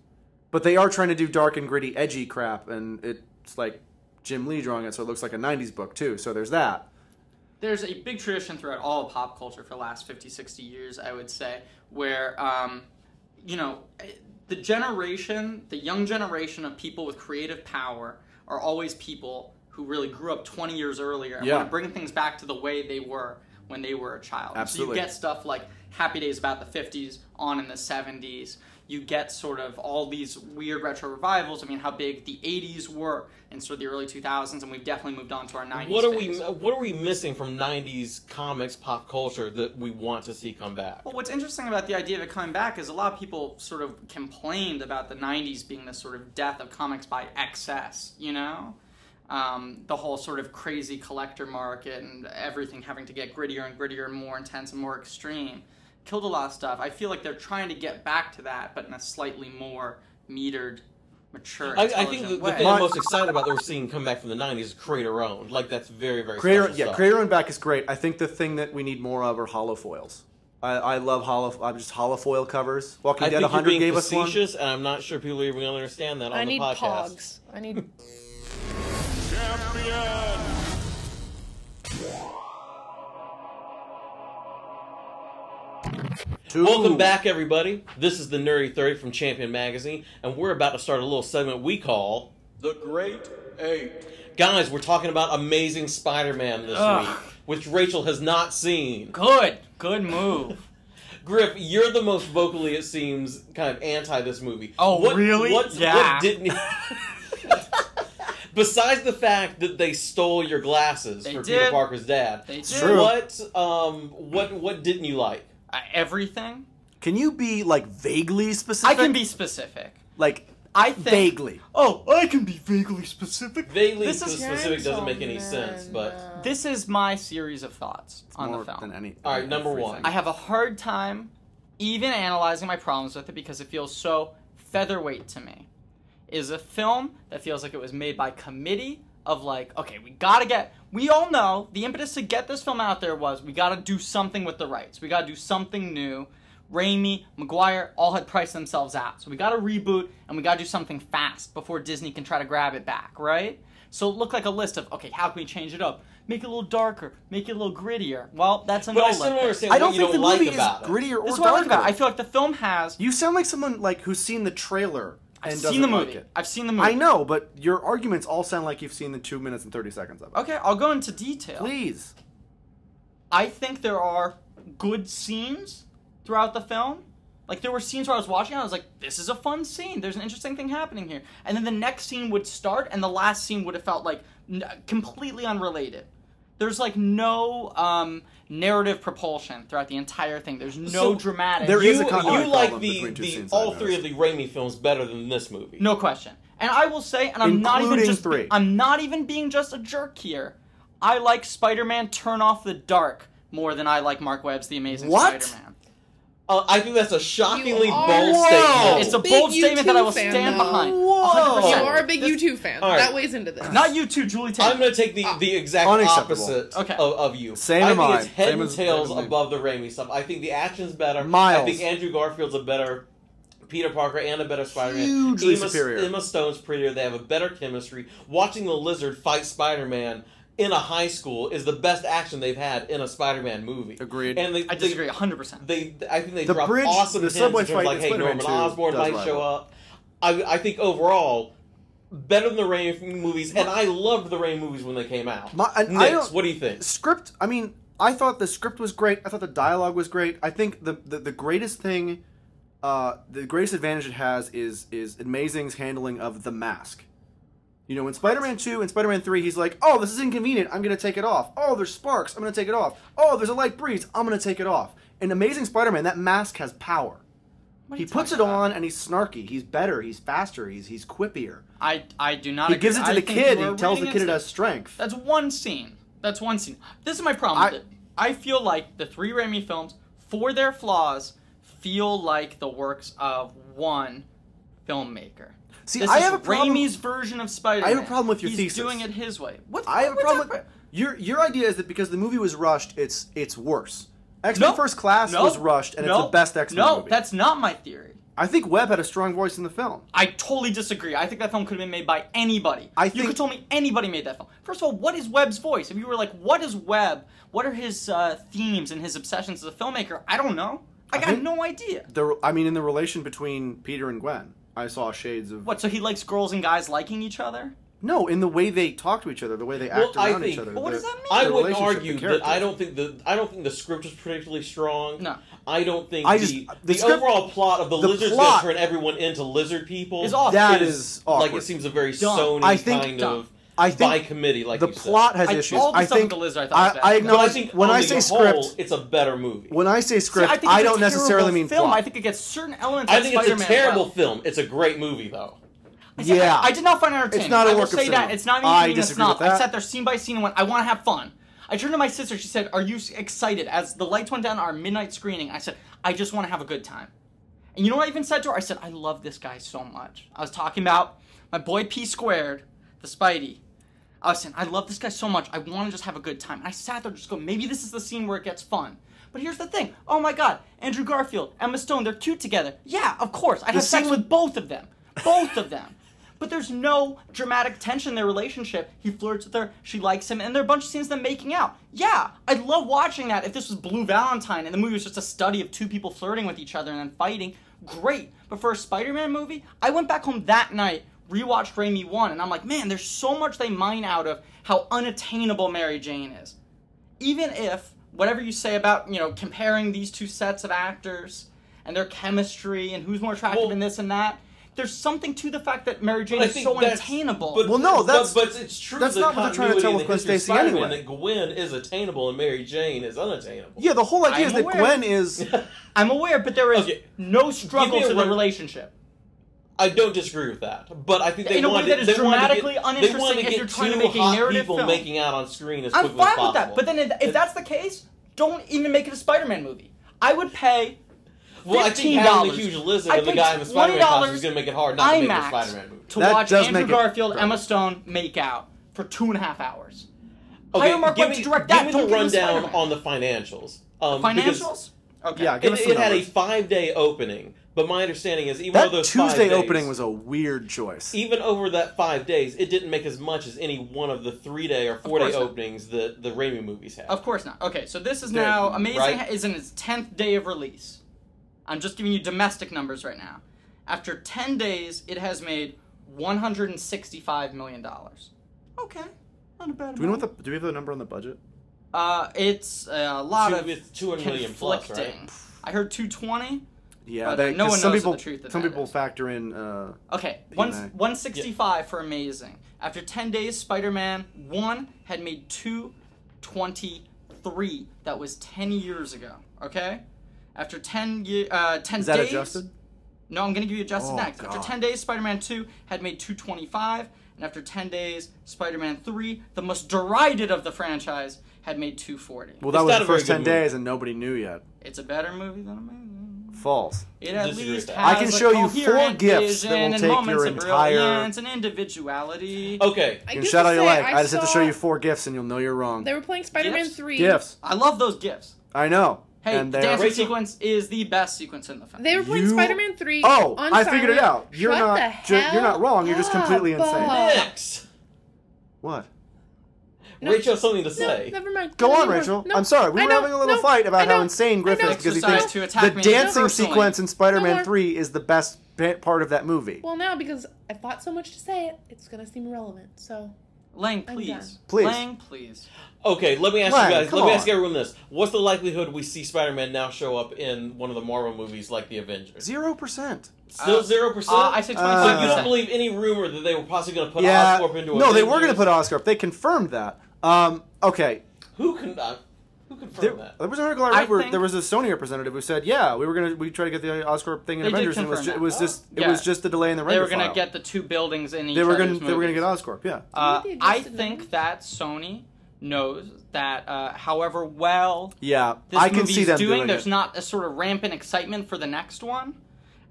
[SPEAKER 2] but they are trying to do dark and gritty, edgy crap, and it's like Jim Lee drawing it, so it looks like a 90s book too. So there's that.
[SPEAKER 3] there's a big tradition throughout all of pop culture for the last 50 60 years i would say where um, you know the generation, the young generation of people with creative power are always people who really grew up 20 years earlier and
[SPEAKER 2] Yeah.
[SPEAKER 3] want to bring things back to the way they were when they were a child.
[SPEAKER 2] Absolutely.
[SPEAKER 3] So you get stuff like Happy Days about the 50s, On in the 70s. You get sort of all these weird retro revivals. I mean, how big the 80s were and sort of the early 2000s, and we've definitely moved on to our 90s.
[SPEAKER 1] What are
[SPEAKER 3] phase.
[SPEAKER 1] we What are we missing from '90s comics, pop culture that we want to see come back?
[SPEAKER 3] Well, what's interesting about the idea of it coming back is a lot of people sort of complained about the 90s being this sort of death of comics by excess, you know? Um, the whole sort of crazy collector market and everything having to get grittier and grittier and more intense and more extreme killed a lot of stuff. I feel like they're trying to get back to that, but in a slightly more metered, mature,
[SPEAKER 1] I, I
[SPEAKER 3] intelligent
[SPEAKER 1] think the, the
[SPEAKER 3] way.
[SPEAKER 1] thing I'm
[SPEAKER 2] My-
[SPEAKER 1] most excited about that we're seeing come back from the '90s is creator owned. Like that's very very
[SPEAKER 2] Creator,
[SPEAKER 1] special
[SPEAKER 2] yeah,
[SPEAKER 1] stuff.
[SPEAKER 2] creator and back is great. I think the thing that we need more of are hollow foils. I, I love hollow. I'm just hollow foil covers. Walking
[SPEAKER 1] I
[SPEAKER 2] Dead
[SPEAKER 1] think you're
[SPEAKER 2] 100
[SPEAKER 1] being
[SPEAKER 2] gave us one.
[SPEAKER 1] facetious, and I'm not sure people are even going to understand that on the
[SPEAKER 4] I need
[SPEAKER 1] podcast.
[SPEAKER 4] pogs.
[SPEAKER 1] [laughs]
[SPEAKER 4] I need.
[SPEAKER 5] Champion!
[SPEAKER 2] Two.
[SPEAKER 1] Welcome back, everybody. This is the Nerdy 30 from Champion Magazine, and we're about to start a little segment we call
[SPEAKER 5] The Great Eight.
[SPEAKER 1] Guys, we're talking about Amazing Spider Man this
[SPEAKER 3] Ugh.
[SPEAKER 1] week, which Rachel has not seen.
[SPEAKER 3] Good, good move. [laughs]
[SPEAKER 1] Griff, you're the most vocally, it seems, kind of anti this movie.
[SPEAKER 3] Oh, really?
[SPEAKER 1] What,
[SPEAKER 3] Yeah.
[SPEAKER 1] what didn't.
[SPEAKER 2] [laughs]
[SPEAKER 1] Besides the fact that they stole your glasses
[SPEAKER 3] They
[SPEAKER 1] for
[SPEAKER 3] did.
[SPEAKER 1] Peter Parker's dad,
[SPEAKER 3] They
[SPEAKER 2] It's
[SPEAKER 3] did
[SPEAKER 2] true.
[SPEAKER 1] what um what what didn't you like?
[SPEAKER 3] uh, everything.
[SPEAKER 2] Can you be like vaguely
[SPEAKER 3] I
[SPEAKER 2] specific?
[SPEAKER 3] can be specific.
[SPEAKER 2] like
[SPEAKER 3] I think.
[SPEAKER 2] vaguely.
[SPEAKER 3] Oh, I can be vaguely specific.
[SPEAKER 1] Vaguely
[SPEAKER 3] This is-
[SPEAKER 1] specific doesn't make any sense, but
[SPEAKER 3] This is my series of thoughts on
[SPEAKER 2] more
[SPEAKER 3] the film.
[SPEAKER 2] than any.
[SPEAKER 1] All right, number
[SPEAKER 2] everything.
[SPEAKER 1] one.
[SPEAKER 3] I have a hard time even analyzing my problems with it because it feels so featherweight to me. It Is a film that feels like it was made by committee of like, okay, we gotta get. We all know the impetus to get this film out there was we gotta do something with the rights. We gotta do something new. Raimi, McGuire all had priced themselves out. So we gotta reboot and we gotta do something fast before Disney can try to grab it back, right? So it looked like a list of, okay, how can we change it up? Make it a little darker, make it a little grittier. Well, that's a
[SPEAKER 1] But I
[SPEAKER 3] no
[SPEAKER 1] still don't
[SPEAKER 3] look.
[SPEAKER 1] understand
[SPEAKER 2] I
[SPEAKER 1] what
[SPEAKER 2] don't
[SPEAKER 1] you
[SPEAKER 2] think
[SPEAKER 1] don't
[SPEAKER 2] the
[SPEAKER 1] like
[SPEAKER 2] movie
[SPEAKER 1] about
[SPEAKER 2] is
[SPEAKER 1] it.
[SPEAKER 2] grittier or
[SPEAKER 3] This is what
[SPEAKER 2] darker.
[SPEAKER 3] I like about it. I feel like the film has.
[SPEAKER 2] You sound like someone like who's seen the trailer and
[SPEAKER 3] I've
[SPEAKER 2] doesn't
[SPEAKER 3] seen the
[SPEAKER 2] like
[SPEAKER 3] movie.
[SPEAKER 2] it.
[SPEAKER 3] I've seen the movie.
[SPEAKER 2] I know, but your arguments all sound like you've seen the two minutes and thirty seconds of it.
[SPEAKER 3] Okay, I'll go into detail.
[SPEAKER 2] Please.
[SPEAKER 3] I think there are good scenes throughout the film. Like there were scenes where I was watching, I was like, "This is a fun scene. There's an interesting thing happening here." And then the next scene would start, and the last scene would have felt like n- completely unrelated. There's like no um, narrative propulsion throughout the entire thing. There's no
[SPEAKER 1] So,
[SPEAKER 3] dramatic.
[SPEAKER 2] there
[SPEAKER 1] you,
[SPEAKER 2] is a continuity
[SPEAKER 1] you like
[SPEAKER 2] problem
[SPEAKER 1] the,
[SPEAKER 2] between two
[SPEAKER 1] the
[SPEAKER 2] scenes,
[SPEAKER 1] all
[SPEAKER 2] I
[SPEAKER 1] three of the Raimi films better than this movie.
[SPEAKER 3] No question. And I will say, and I'm not even
[SPEAKER 2] Including
[SPEAKER 3] just
[SPEAKER 2] three.
[SPEAKER 3] I'm not even being just a jerk here. I like Spider-Man Turn Off the Dark more than I like Mark Webb's The Amazing
[SPEAKER 2] What?
[SPEAKER 3] Spider-Man.
[SPEAKER 1] Uh, I think that's a shockingly
[SPEAKER 4] You are-
[SPEAKER 1] bold
[SPEAKER 2] Whoa.
[SPEAKER 1] statement.
[SPEAKER 3] It's a
[SPEAKER 4] Big
[SPEAKER 3] bold
[SPEAKER 4] U2
[SPEAKER 3] statement that I will
[SPEAKER 4] fan,
[SPEAKER 3] stand
[SPEAKER 4] though.
[SPEAKER 3] behind.
[SPEAKER 2] Whoa.
[SPEAKER 1] Oh.
[SPEAKER 3] 100%.
[SPEAKER 4] You are a big U2 fan.
[SPEAKER 1] All right.
[SPEAKER 4] That weighs into this.
[SPEAKER 3] Not you too, Julie Taylor.
[SPEAKER 1] I'm going to take the, the exact
[SPEAKER 2] Unacceptable.
[SPEAKER 1] opposite
[SPEAKER 3] Ah, Okay.
[SPEAKER 1] of, of you.
[SPEAKER 2] Same
[SPEAKER 1] I
[SPEAKER 2] am
[SPEAKER 1] think
[SPEAKER 2] I.
[SPEAKER 1] it's head
[SPEAKER 2] Same
[SPEAKER 1] and
[SPEAKER 2] as-
[SPEAKER 1] tails
[SPEAKER 2] same as me.
[SPEAKER 1] above the Raimi stuff. I think the action's better. I
[SPEAKER 2] Miles.
[SPEAKER 1] think Andrew Garfield's a better Peter Parker and a better Spider-Man.
[SPEAKER 2] Hugely
[SPEAKER 1] Emma,
[SPEAKER 2] superior.
[SPEAKER 1] Emma Stone's prettier. They have a better chemistry. Watching the lizard fight Spider-Man in a high school is the best action they've had in a Spider-Man movie.
[SPEAKER 2] Agreed.
[SPEAKER 1] And they, they-
[SPEAKER 3] I disagree 100%.
[SPEAKER 1] they I think they
[SPEAKER 2] The
[SPEAKER 1] dropped
[SPEAKER 2] bridge-
[SPEAKER 1] awesome
[SPEAKER 2] the
[SPEAKER 1] hints
[SPEAKER 2] subway
[SPEAKER 1] in terms
[SPEAKER 2] fight
[SPEAKER 1] of like,
[SPEAKER 2] in
[SPEAKER 1] hey,
[SPEAKER 2] Spider-Man
[SPEAKER 1] Norman
[SPEAKER 2] 2
[SPEAKER 1] Osborn
[SPEAKER 2] does
[SPEAKER 1] might
[SPEAKER 2] rival.
[SPEAKER 1] show up. I, I think overall better than the Rain movies, and I loved the Rain movies when they came out.
[SPEAKER 2] My- and I
[SPEAKER 1] Nix,
[SPEAKER 2] don't-
[SPEAKER 1] what do you think?
[SPEAKER 2] script i mean i thought the script was great i thought the dialogue was great i think the the, the greatest thing uh, the greatest advantage it has is is amazing's handling of the mask you know in spider-man 2 and spider-man 3 he's like oh this is inconvenient i'm gonna take it off oh there's sparks i'm gonna take it off oh there's a light breeze i'm gonna take it off in amazing spider-man that mask has power
[SPEAKER 3] What are
[SPEAKER 2] he
[SPEAKER 3] you
[SPEAKER 2] puts it
[SPEAKER 3] talking about?
[SPEAKER 2] on and he's snarky he's better he's faster he's he's quippier
[SPEAKER 3] I, I do not
[SPEAKER 2] he
[SPEAKER 3] agree.
[SPEAKER 2] gives it to
[SPEAKER 3] I
[SPEAKER 2] the
[SPEAKER 3] think you
[SPEAKER 2] kid
[SPEAKER 3] are
[SPEAKER 2] and tells the
[SPEAKER 3] reading
[SPEAKER 2] kid it
[SPEAKER 3] into-
[SPEAKER 2] has strength
[SPEAKER 3] That's one scene. That's one scene. This is my problem with
[SPEAKER 2] I-
[SPEAKER 3] it. I feel like the three Raimi films, for their flaws, feel like the works of one filmmaker.
[SPEAKER 2] See,
[SPEAKER 3] this
[SPEAKER 2] I
[SPEAKER 3] is
[SPEAKER 2] have a problem-
[SPEAKER 3] Raimi's version of Spider-Man.
[SPEAKER 2] I have a problem with your
[SPEAKER 3] He's
[SPEAKER 2] thesis.
[SPEAKER 3] doing it his way. What?
[SPEAKER 2] I have a
[SPEAKER 3] what's
[SPEAKER 2] problem. With,
[SPEAKER 3] that
[SPEAKER 2] your your idea is that because the movie was rushed, it's it's worse. X Men
[SPEAKER 3] No.
[SPEAKER 2] First Class
[SPEAKER 3] No.
[SPEAKER 2] was rushed, and it's
[SPEAKER 3] No.
[SPEAKER 2] the best X Men
[SPEAKER 3] No,
[SPEAKER 2] movie.
[SPEAKER 3] that's not my theory.
[SPEAKER 2] I think Webb had a strong voice in the film.
[SPEAKER 3] I totally disagree. I think that film could have been made by anybody.
[SPEAKER 2] I
[SPEAKER 3] you
[SPEAKER 2] think-
[SPEAKER 3] could have told me anybody made that film. First of all, what is Webb's voice? If you were like, what is Webb? What are his uh, themes and his obsessions as a filmmaker? I don't know. I got
[SPEAKER 2] think-
[SPEAKER 3] no idea.
[SPEAKER 2] The I mean, in the relation between Peter and Gwen, I saw shades of
[SPEAKER 3] What? So he likes girls and guys liking each other?
[SPEAKER 2] no in the way they talk to each other, the way they
[SPEAKER 1] Well,
[SPEAKER 2] act
[SPEAKER 1] I
[SPEAKER 2] around each
[SPEAKER 1] think-
[SPEAKER 2] other.
[SPEAKER 3] But what
[SPEAKER 2] the-
[SPEAKER 3] does that mean?
[SPEAKER 1] I
[SPEAKER 2] the
[SPEAKER 1] wouldn't
[SPEAKER 2] relationship,
[SPEAKER 1] argue
[SPEAKER 2] the
[SPEAKER 1] that I
[SPEAKER 2] characters.
[SPEAKER 1] don't think the I don't think the script is particularly strong.
[SPEAKER 3] No.
[SPEAKER 1] I don't think the,
[SPEAKER 2] I just- the
[SPEAKER 1] the,
[SPEAKER 2] script-
[SPEAKER 1] overall plot of the,
[SPEAKER 2] the
[SPEAKER 1] lizard's
[SPEAKER 2] plot-
[SPEAKER 1] gonna turn everyone into lizard people
[SPEAKER 3] Is awful.
[SPEAKER 2] That
[SPEAKER 1] is,
[SPEAKER 2] is
[SPEAKER 1] like
[SPEAKER 2] awkward.
[SPEAKER 1] it seems a very
[SPEAKER 3] Dumb.
[SPEAKER 1] Sony
[SPEAKER 2] I think
[SPEAKER 1] kind
[SPEAKER 3] dumb.
[SPEAKER 1] of
[SPEAKER 2] I think
[SPEAKER 1] by committee. Like
[SPEAKER 2] the
[SPEAKER 1] you said.
[SPEAKER 2] plot has
[SPEAKER 3] I-
[SPEAKER 2] issues.
[SPEAKER 3] all the
[SPEAKER 2] I
[SPEAKER 3] stuff with
[SPEAKER 2] think
[SPEAKER 3] the lizard I thought was
[SPEAKER 2] I,
[SPEAKER 3] bad.
[SPEAKER 2] I
[SPEAKER 3] But
[SPEAKER 1] But I
[SPEAKER 2] acknowledge
[SPEAKER 1] think
[SPEAKER 2] when
[SPEAKER 1] on
[SPEAKER 2] I
[SPEAKER 1] the
[SPEAKER 2] say
[SPEAKER 1] whole,
[SPEAKER 2] script,
[SPEAKER 1] it's a better movie.
[SPEAKER 2] when I say
[SPEAKER 3] See,
[SPEAKER 2] script,
[SPEAKER 3] I, think
[SPEAKER 2] I
[SPEAKER 3] it's a
[SPEAKER 2] don't necessarily
[SPEAKER 3] terrible
[SPEAKER 2] mean
[SPEAKER 3] film.
[SPEAKER 2] plot.
[SPEAKER 3] I think it gets certain elements.
[SPEAKER 1] I
[SPEAKER 3] of
[SPEAKER 1] think it's
[SPEAKER 3] Spider-Man
[SPEAKER 1] a terrible
[SPEAKER 3] well.
[SPEAKER 1] film. It's a great movie though.
[SPEAKER 3] I said-
[SPEAKER 2] Yeah.
[SPEAKER 3] I, I did not find it entertaining.
[SPEAKER 2] It's not a
[SPEAKER 3] I will
[SPEAKER 2] work of
[SPEAKER 3] say that.
[SPEAKER 2] cinema.
[SPEAKER 3] It's not
[SPEAKER 2] I
[SPEAKER 3] even being a
[SPEAKER 2] disagree with
[SPEAKER 3] snob.
[SPEAKER 2] that.
[SPEAKER 3] I sat there scene by scene and went, I want to have fun. I turned to my sister. She said, Are you s- excited? As the lights went down our midnight screening, I said, I just want to have a good time. And you know what I even said to her? I said, I love this guy so much. I was talking about my boy P Squared, the Spidey. I was saying, I love this guy so much. I want to just have a good time. And I sat there just go, maybe this is the scene where it gets fun. But here's the thing. Oh my God, Andrew Garfield, Emma Stone, they're cute together. Yeah, of course. I have sex
[SPEAKER 2] scene
[SPEAKER 3] with both of them. Both of them. But there's no dramatic tension in their relationship. He flirts with her, she likes him, and there are a bunch of scenes of them making out. Yeah, I'd love watching that if this was Blue Valentine and the movie was just a study of two people flirting with each other and then fighting. Great. But for a Spider Man movie, I went back home that night, rewatched Raimi 1, and I'm like, man, there's so much they mine out of how unattainable Mary Jane is even if whatever you say about you know comparing these two sets of actors and their chemistry and who's more attractive
[SPEAKER 1] Well-
[SPEAKER 3] in this and that there's something to the fact that mary jane
[SPEAKER 1] But I
[SPEAKER 3] is
[SPEAKER 1] think
[SPEAKER 3] so
[SPEAKER 1] that's-
[SPEAKER 3] unattainable
[SPEAKER 1] But,
[SPEAKER 2] Well, no,
[SPEAKER 1] but-
[SPEAKER 2] that's-
[SPEAKER 1] but, it's true.
[SPEAKER 2] that's
[SPEAKER 1] the
[SPEAKER 2] not what they're trying to
[SPEAKER 1] continuity
[SPEAKER 2] tell
[SPEAKER 1] and the
[SPEAKER 2] with Gwen
[SPEAKER 1] history of
[SPEAKER 2] Stacy
[SPEAKER 1] Spider-Man
[SPEAKER 2] anyway.
[SPEAKER 1] That Gwen is attainable and Mary Jane is unattainable.
[SPEAKER 2] yeah, the whole idea
[SPEAKER 3] I'm
[SPEAKER 2] is that
[SPEAKER 3] aware.
[SPEAKER 2] Gwen is
[SPEAKER 3] i'm aware but there is
[SPEAKER 1] Okay.
[SPEAKER 3] no struggle
[SPEAKER 1] Give me a
[SPEAKER 3] to the
[SPEAKER 1] re-
[SPEAKER 3] relationship
[SPEAKER 1] [laughs] I don't disagree with that, but I think they
[SPEAKER 3] In a way
[SPEAKER 1] wanted
[SPEAKER 3] that is
[SPEAKER 1] they wanted to
[SPEAKER 3] dramatically
[SPEAKER 1] get,
[SPEAKER 3] uninteresting
[SPEAKER 1] They wanted to
[SPEAKER 3] if
[SPEAKER 1] get
[SPEAKER 3] you're trying
[SPEAKER 1] two
[SPEAKER 3] to make a
[SPEAKER 1] hot
[SPEAKER 3] narrative
[SPEAKER 1] people
[SPEAKER 3] film.
[SPEAKER 1] making out on screen as
[SPEAKER 3] i'm
[SPEAKER 1] quickly as
[SPEAKER 3] fine with
[SPEAKER 1] possible.
[SPEAKER 3] that but then if, if that's the case don't even make it a spider-man movie i would pay
[SPEAKER 1] well, I think having the
[SPEAKER 3] $15.
[SPEAKER 1] huge lizard
[SPEAKER 3] I
[SPEAKER 1] and the
[SPEAKER 3] paid
[SPEAKER 1] guy in the Spider-Man costume is
[SPEAKER 3] $20
[SPEAKER 1] going to make it hard not to make a
[SPEAKER 3] IMAX
[SPEAKER 1] Spider-Man movie.
[SPEAKER 3] to
[SPEAKER 2] That
[SPEAKER 3] watch
[SPEAKER 2] does
[SPEAKER 3] andrew
[SPEAKER 2] make it
[SPEAKER 3] garfield
[SPEAKER 2] gross.
[SPEAKER 3] emma stone make out for two and a half hours
[SPEAKER 1] Okay,
[SPEAKER 3] hire Mark
[SPEAKER 1] give
[SPEAKER 3] Webb
[SPEAKER 1] me,
[SPEAKER 3] to direct
[SPEAKER 1] give
[SPEAKER 3] that,
[SPEAKER 1] me
[SPEAKER 3] don't
[SPEAKER 1] the
[SPEAKER 3] give me
[SPEAKER 1] rundown
[SPEAKER 3] Spider-Man.
[SPEAKER 1] on the financials. Um, because
[SPEAKER 3] financials [laughs] okay
[SPEAKER 2] yeah.
[SPEAKER 1] It,
[SPEAKER 2] Give us some
[SPEAKER 1] it had a
[SPEAKER 2] numbers.
[SPEAKER 1] five-day opening, but my understanding is even though
[SPEAKER 2] that
[SPEAKER 1] those
[SPEAKER 2] Tuesday
[SPEAKER 1] five days,
[SPEAKER 2] opening was a weird choice.
[SPEAKER 1] even over that five days, it didn't make as much as any one of the three-day or four-day
[SPEAKER 3] course not.
[SPEAKER 1] openings that the Raimi movies had.
[SPEAKER 3] Of course not. Okay, so this is
[SPEAKER 2] Dude,
[SPEAKER 3] now Amazing
[SPEAKER 1] right?
[SPEAKER 3] Ha- is in its tenth day of release. I'm just giving you domestic numbers right now. After ten days, it has made 165 million dollars. Okay, not a bad.
[SPEAKER 2] Do we know what the do we have the number on the budget?
[SPEAKER 3] Uh, it's a lot
[SPEAKER 1] Two-
[SPEAKER 3] of
[SPEAKER 1] it's 200 million
[SPEAKER 3] conflicting.
[SPEAKER 1] plus, right?
[SPEAKER 3] I heard 220.
[SPEAKER 2] Yeah,
[SPEAKER 3] But
[SPEAKER 2] they,
[SPEAKER 3] no
[SPEAKER 2] 'cause
[SPEAKER 3] one
[SPEAKER 2] some
[SPEAKER 3] knows
[SPEAKER 2] people
[SPEAKER 3] the truth of
[SPEAKER 2] some
[SPEAKER 3] that
[SPEAKER 2] people
[SPEAKER 3] is.
[SPEAKER 2] factor in. Uh,
[SPEAKER 3] Okay,
[SPEAKER 2] You
[SPEAKER 3] one,
[SPEAKER 2] know.
[SPEAKER 3] 165 for Amazing. After 10 days, Spider Man 1 had made 223. That was 10 years ago, okay? After 10, ye- uh, 10
[SPEAKER 2] is that
[SPEAKER 3] days.
[SPEAKER 2] adjusted?
[SPEAKER 3] No, I'm going to give you adjusted
[SPEAKER 2] Oh,
[SPEAKER 3] next.
[SPEAKER 2] God.
[SPEAKER 3] After 10 days, Spider Man 2 had made 225. And after 10 days, Spider Man 3, the most derided of the franchise, had made 240.
[SPEAKER 2] Well, that
[SPEAKER 1] It's
[SPEAKER 2] was
[SPEAKER 1] not
[SPEAKER 2] the
[SPEAKER 1] a very
[SPEAKER 2] first
[SPEAKER 1] good
[SPEAKER 2] ten
[SPEAKER 1] movie.
[SPEAKER 2] days, and nobody knew yet.
[SPEAKER 3] it's a better movie than Amazing.
[SPEAKER 2] False.
[SPEAKER 3] It at
[SPEAKER 1] Disagree with
[SPEAKER 3] least
[SPEAKER 1] that.
[SPEAKER 3] has
[SPEAKER 1] I
[SPEAKER 2] can
[SPEAKER 3] a
[SPEAKER 2] show you four
[SPEAKER 3] coherent
[SPEAKER 2] gifts that will
[SPEAKER 3] vision and
[SPEAKER 2] take your
[SPEAKER 3] moments of
[SPEAKER 2] entire-
[SPEAKER 3] brilliance and individuality.
[SPEAKER 1] Okay,
[SPEAKER 4] I
[SPEAKER 2] You
[SPEAKER 4] do
[SPEAKER 2] can shout
[SPEAKER 4] have
[SPEAKER 2] all
[SPEAKER 4] to
[SPEAKER 2] you
[SPEAKER 4] say,
[SPEAKER 2] like. I, just have to show
[SPEAKER 4] saw-
[SPEAKER 2] you four gifts, and you'll know you're wrong.
[SPEAKER 4] They were playing Spider-Man
[SPEAKER 3] Gifts?
[SPEAKER 4] three.
[SPEAKER 2] Gifts.
[SPEAKER 3] I love those gifts.
[SPEAKER 2] I know.
[SPEAKER 3] Hey,
[SPEAKER 2] and
[SPEAKER 3] the
[SPEAKER 2] they're-
[SPEAKER 3] dancing
[SPEAKER 1] Rachel-
[SPEAKER 3] sequence is the best sequence in the film.
[SPEAKER 4] They were playing
[SPEAKER 2] You-
[SPEAKER 4] Spider-Man three.
[SPEAKER 2] Oh,
[SPEAKER 4] on
[SPEAKER 2] I figured it out.
[SPEAKER 4] silent.
[SPEAKER 2] You're
[SPEAKER 4] Shut
[SPEAKER 2] not
[SPEAKER 4] the
[SPEAKER 2] ju- you're
[SPEAKER 4] hell
[SPEAKER 2] not wrong, you're just completely
[SPEAKER 4] up.
[SPEAKER 2] insane.
[SPEAKER 1] next.
[SPEAKER 2] What?
[SPEAKER 4] Uh,
[SPEAKER 1] [laughs]
[SPEAKER 4] No.
[SPEAKER 1] Rachel has something to
[SPEAKER 4] No,
[SPEAKER 1] say.
[SPEAKER 4] never mind.
[SPEAKER 2] Go
[SPEAKER 4] No,
[SPEAKER 2] on,
[SPEAKER 4] no,
[SPEAKER 2] Rachel.
[SPEAKER 4] no.
[SPEAKER 2] I'm sorry. We
[SPEAKER 4] I
[SPEAKER 2] were
[SPEAKER 4] know.
[SPEAKER 2] having a little
[SPEAKER 4] No.
[SPEAKER 2] fight about
[SPEAKER 4] I
[SPEAKER 2] how
[SPEAKER 4] know.
[SPEAKER 2] insane Griffin
[SPEAKER 4] I
[SPEAKER 2] is
[SPEAKER 4] know.
[SPEAKER 2] because he
[SPEAKER 3] Exercise
[SPEAKER 2] thinks
[SPEAKER 3] to
[SPEAKER 2] the
[SPEAKER 3] attack me.
[SPEAKER 2] dancing
[SPEAKER 3] Personally.
[SPEAKER 2] sequence in Spider-Man
[SPEAKER 4] No more.
[SPEAKER 2] 3 is the best pa- part of that movie.
[SPEAKER 4] Well, now because I thought so much to say it, it's gonna seem irrelevant. So
[SPEAKER 3] Lang,
[SPEAKER 4] I'm
[SPEAKER 3] please.
[SPEAKER 4] done.
[SPEAKER 2] Please.
[SPEAKER 3] Lang, please.
[SPEAKER 1] Okay, let me ask
[SPEAKER 2] Ryan,
[SPEAKER 1] you guys.
[SPEAKER 2] come
[SPEAKER 1] Let me
[SPEAKER 2] on.
[SPEAKER 1] ask everyone this: What's the likelihood we see Spider-Man now show up in one of the Marvel movies like the Avengers?
[SPEAKER 2] Zero percent.
[SPEAKER 1] Still
[SPEAKER 3] Uh,
[SPEAKER 1] zero
[SPEAKER 3] Uh,
[SPEAKER 1] percent.
[SPEAKER 3] I say 25%.
[SPEAKER 2] Uh,
[SPEAKER 1] you don't believe any rumor that they were possibly going to put
[SPEAKER 2] yeah.
[SPEAKER 1] Oscorp into a
[SPEAKER 2] no, they were going to put Oscorp. They confirmed that. Um, okay.
[SPEAKER 1] Who can? Uh, who confirmed
[SPEAKER 2] There,
[SPEAKER 1] that?
[SPEAKER 2] there was an article I
[SPEAKER 3] I
[SPEAKER 2] read where
[SPEAKER 3] think-
[SPEAKER 2] there was a Sony representative who said, "Yeah, we were gonna we tried to get the Oscorp thing in
[SPEAKER 3] They did
[SPEAKER 2] Avengers, and it was, ju-
[SPEAKER 3] confirm
[SPEAKER 2] it was
[SPEAKER 1] that.
[SPEAKER 2] just it
[SPEAKER 3] Yeah.
[SPEAKER 2] was just the delay in the
[SPEAKER 3] They
[SPEAKER 2] render
[SPEAKER 3] were gonna
[SPEAKER 2] file.
[SPEAKER 3] get the two buildings in each
[SPEAKER 2] they were
[SPEAKER 3] other's
[SPEAKER 2] gonna they were gonna
[SPEAKER 3] movies.
[SPEAKER 2] get Oscorp. Yeah,
[SPEAKER 3] Uh,
[SPEAKER 4] Maybe
[SPEAKER 3] I
[SPEAKER 4] adjusted numbers.
[SPEAKER 3] think that Sony knows that, uh, however well
[SPEAKER 2] yeah.
[SPEAKER 3] this
[SPEAKER 2] I can
[SPEAKER 3] movie's
[SPEAKER 2] see them
[SPEAKER 3] doing,
[SPEAKER 2] doing
[SPEAKER 3] there's
[SPEAKER 2] it.
[SPEAKER 3] not a sort of rampant excitement for the next one,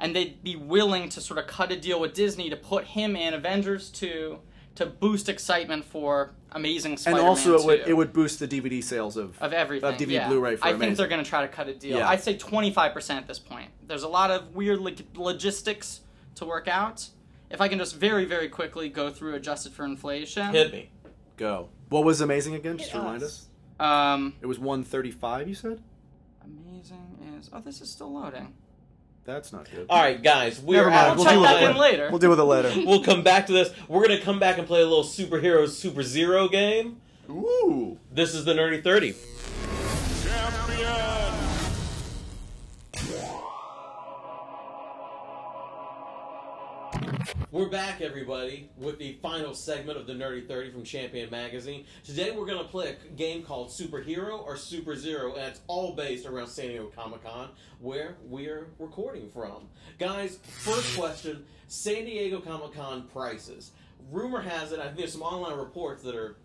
[SPEAKER 3] and they'd be willing to sort of cut a deal with Disney to put him in Avengers 2 to boost excitement for Amazing
[SPEAKER 2] and
[SPEAKER 3] Spider-Man
[SPEAKER 2] also, it
[SPEAKER 3] 2.
[SPEAKER 2] would it would boost the DVD sales of
[SPEAKER 3] of everything.
[SPEAKER 2] Of DVD,
[SPEAKER 3] yeah.
[SPEAKER 2] Blu-ray for
[SPEAKER 3] I
[SPEAKER 2] Amazing.
[SPEAKER 3] think they're going to try to cut a deal.
[SPEAKER 2] Yeah.
[SPEAKER 3] I'd say 25% at this point. There's a lot of weird lo- logistics to work out. If I can just very, very quickly go through adjusted for inflation.
[SPEAKER 1] Hit me.
[SPEAKER 2] Go. What was amazing again? Just
[SPEAKER 4] Hit
[SPEAKER 2] remind
[SPEAKER 4] us.
[SPEAKER 2] us.
[SPEAKER 3] Um,
[SPEAKER 2] It was 135, you said?
[SPEAKER 3] I amazing is. Oh, this is still loading.
[SPEAKER 2] That's not good.
[SPEAKER 1] All right, guys, we're
[SPEAKER 2] Never mind.
[SPEAKER 1] out
[SPEAKER 3] I'll
[SPEAKER 2] We'll
[SPEAKER 1] of
[SPEAKER 3] check
[SPEAKER 2] deal with
[SPEAKER 3] that
[SPEAKER 2] it
[SPEAKER 1] time.
[SPEAKER 3] in later.
[SPEAKER 2] We'll deal with it later.
[SPEAKER 1] We'll come back to this. We're gonna come back and play a little superhero super zero game.
[SPEAKER 2] Ooh.
[SPEAKER 1] This is the Nerdy Thirty.
[SPEAKER 5] Champion.
[SPEAKER 1] We're back, everybody, with the final segment of the Nerdy 30 from Champion Magazine. Today we're going to play a game called Superhero or Super Zero, and it's all based around San Diego Comic Con, where we're recording from. Guys, first question San Diego Comic Con prices. Rumor has it, I think there's some online reports that are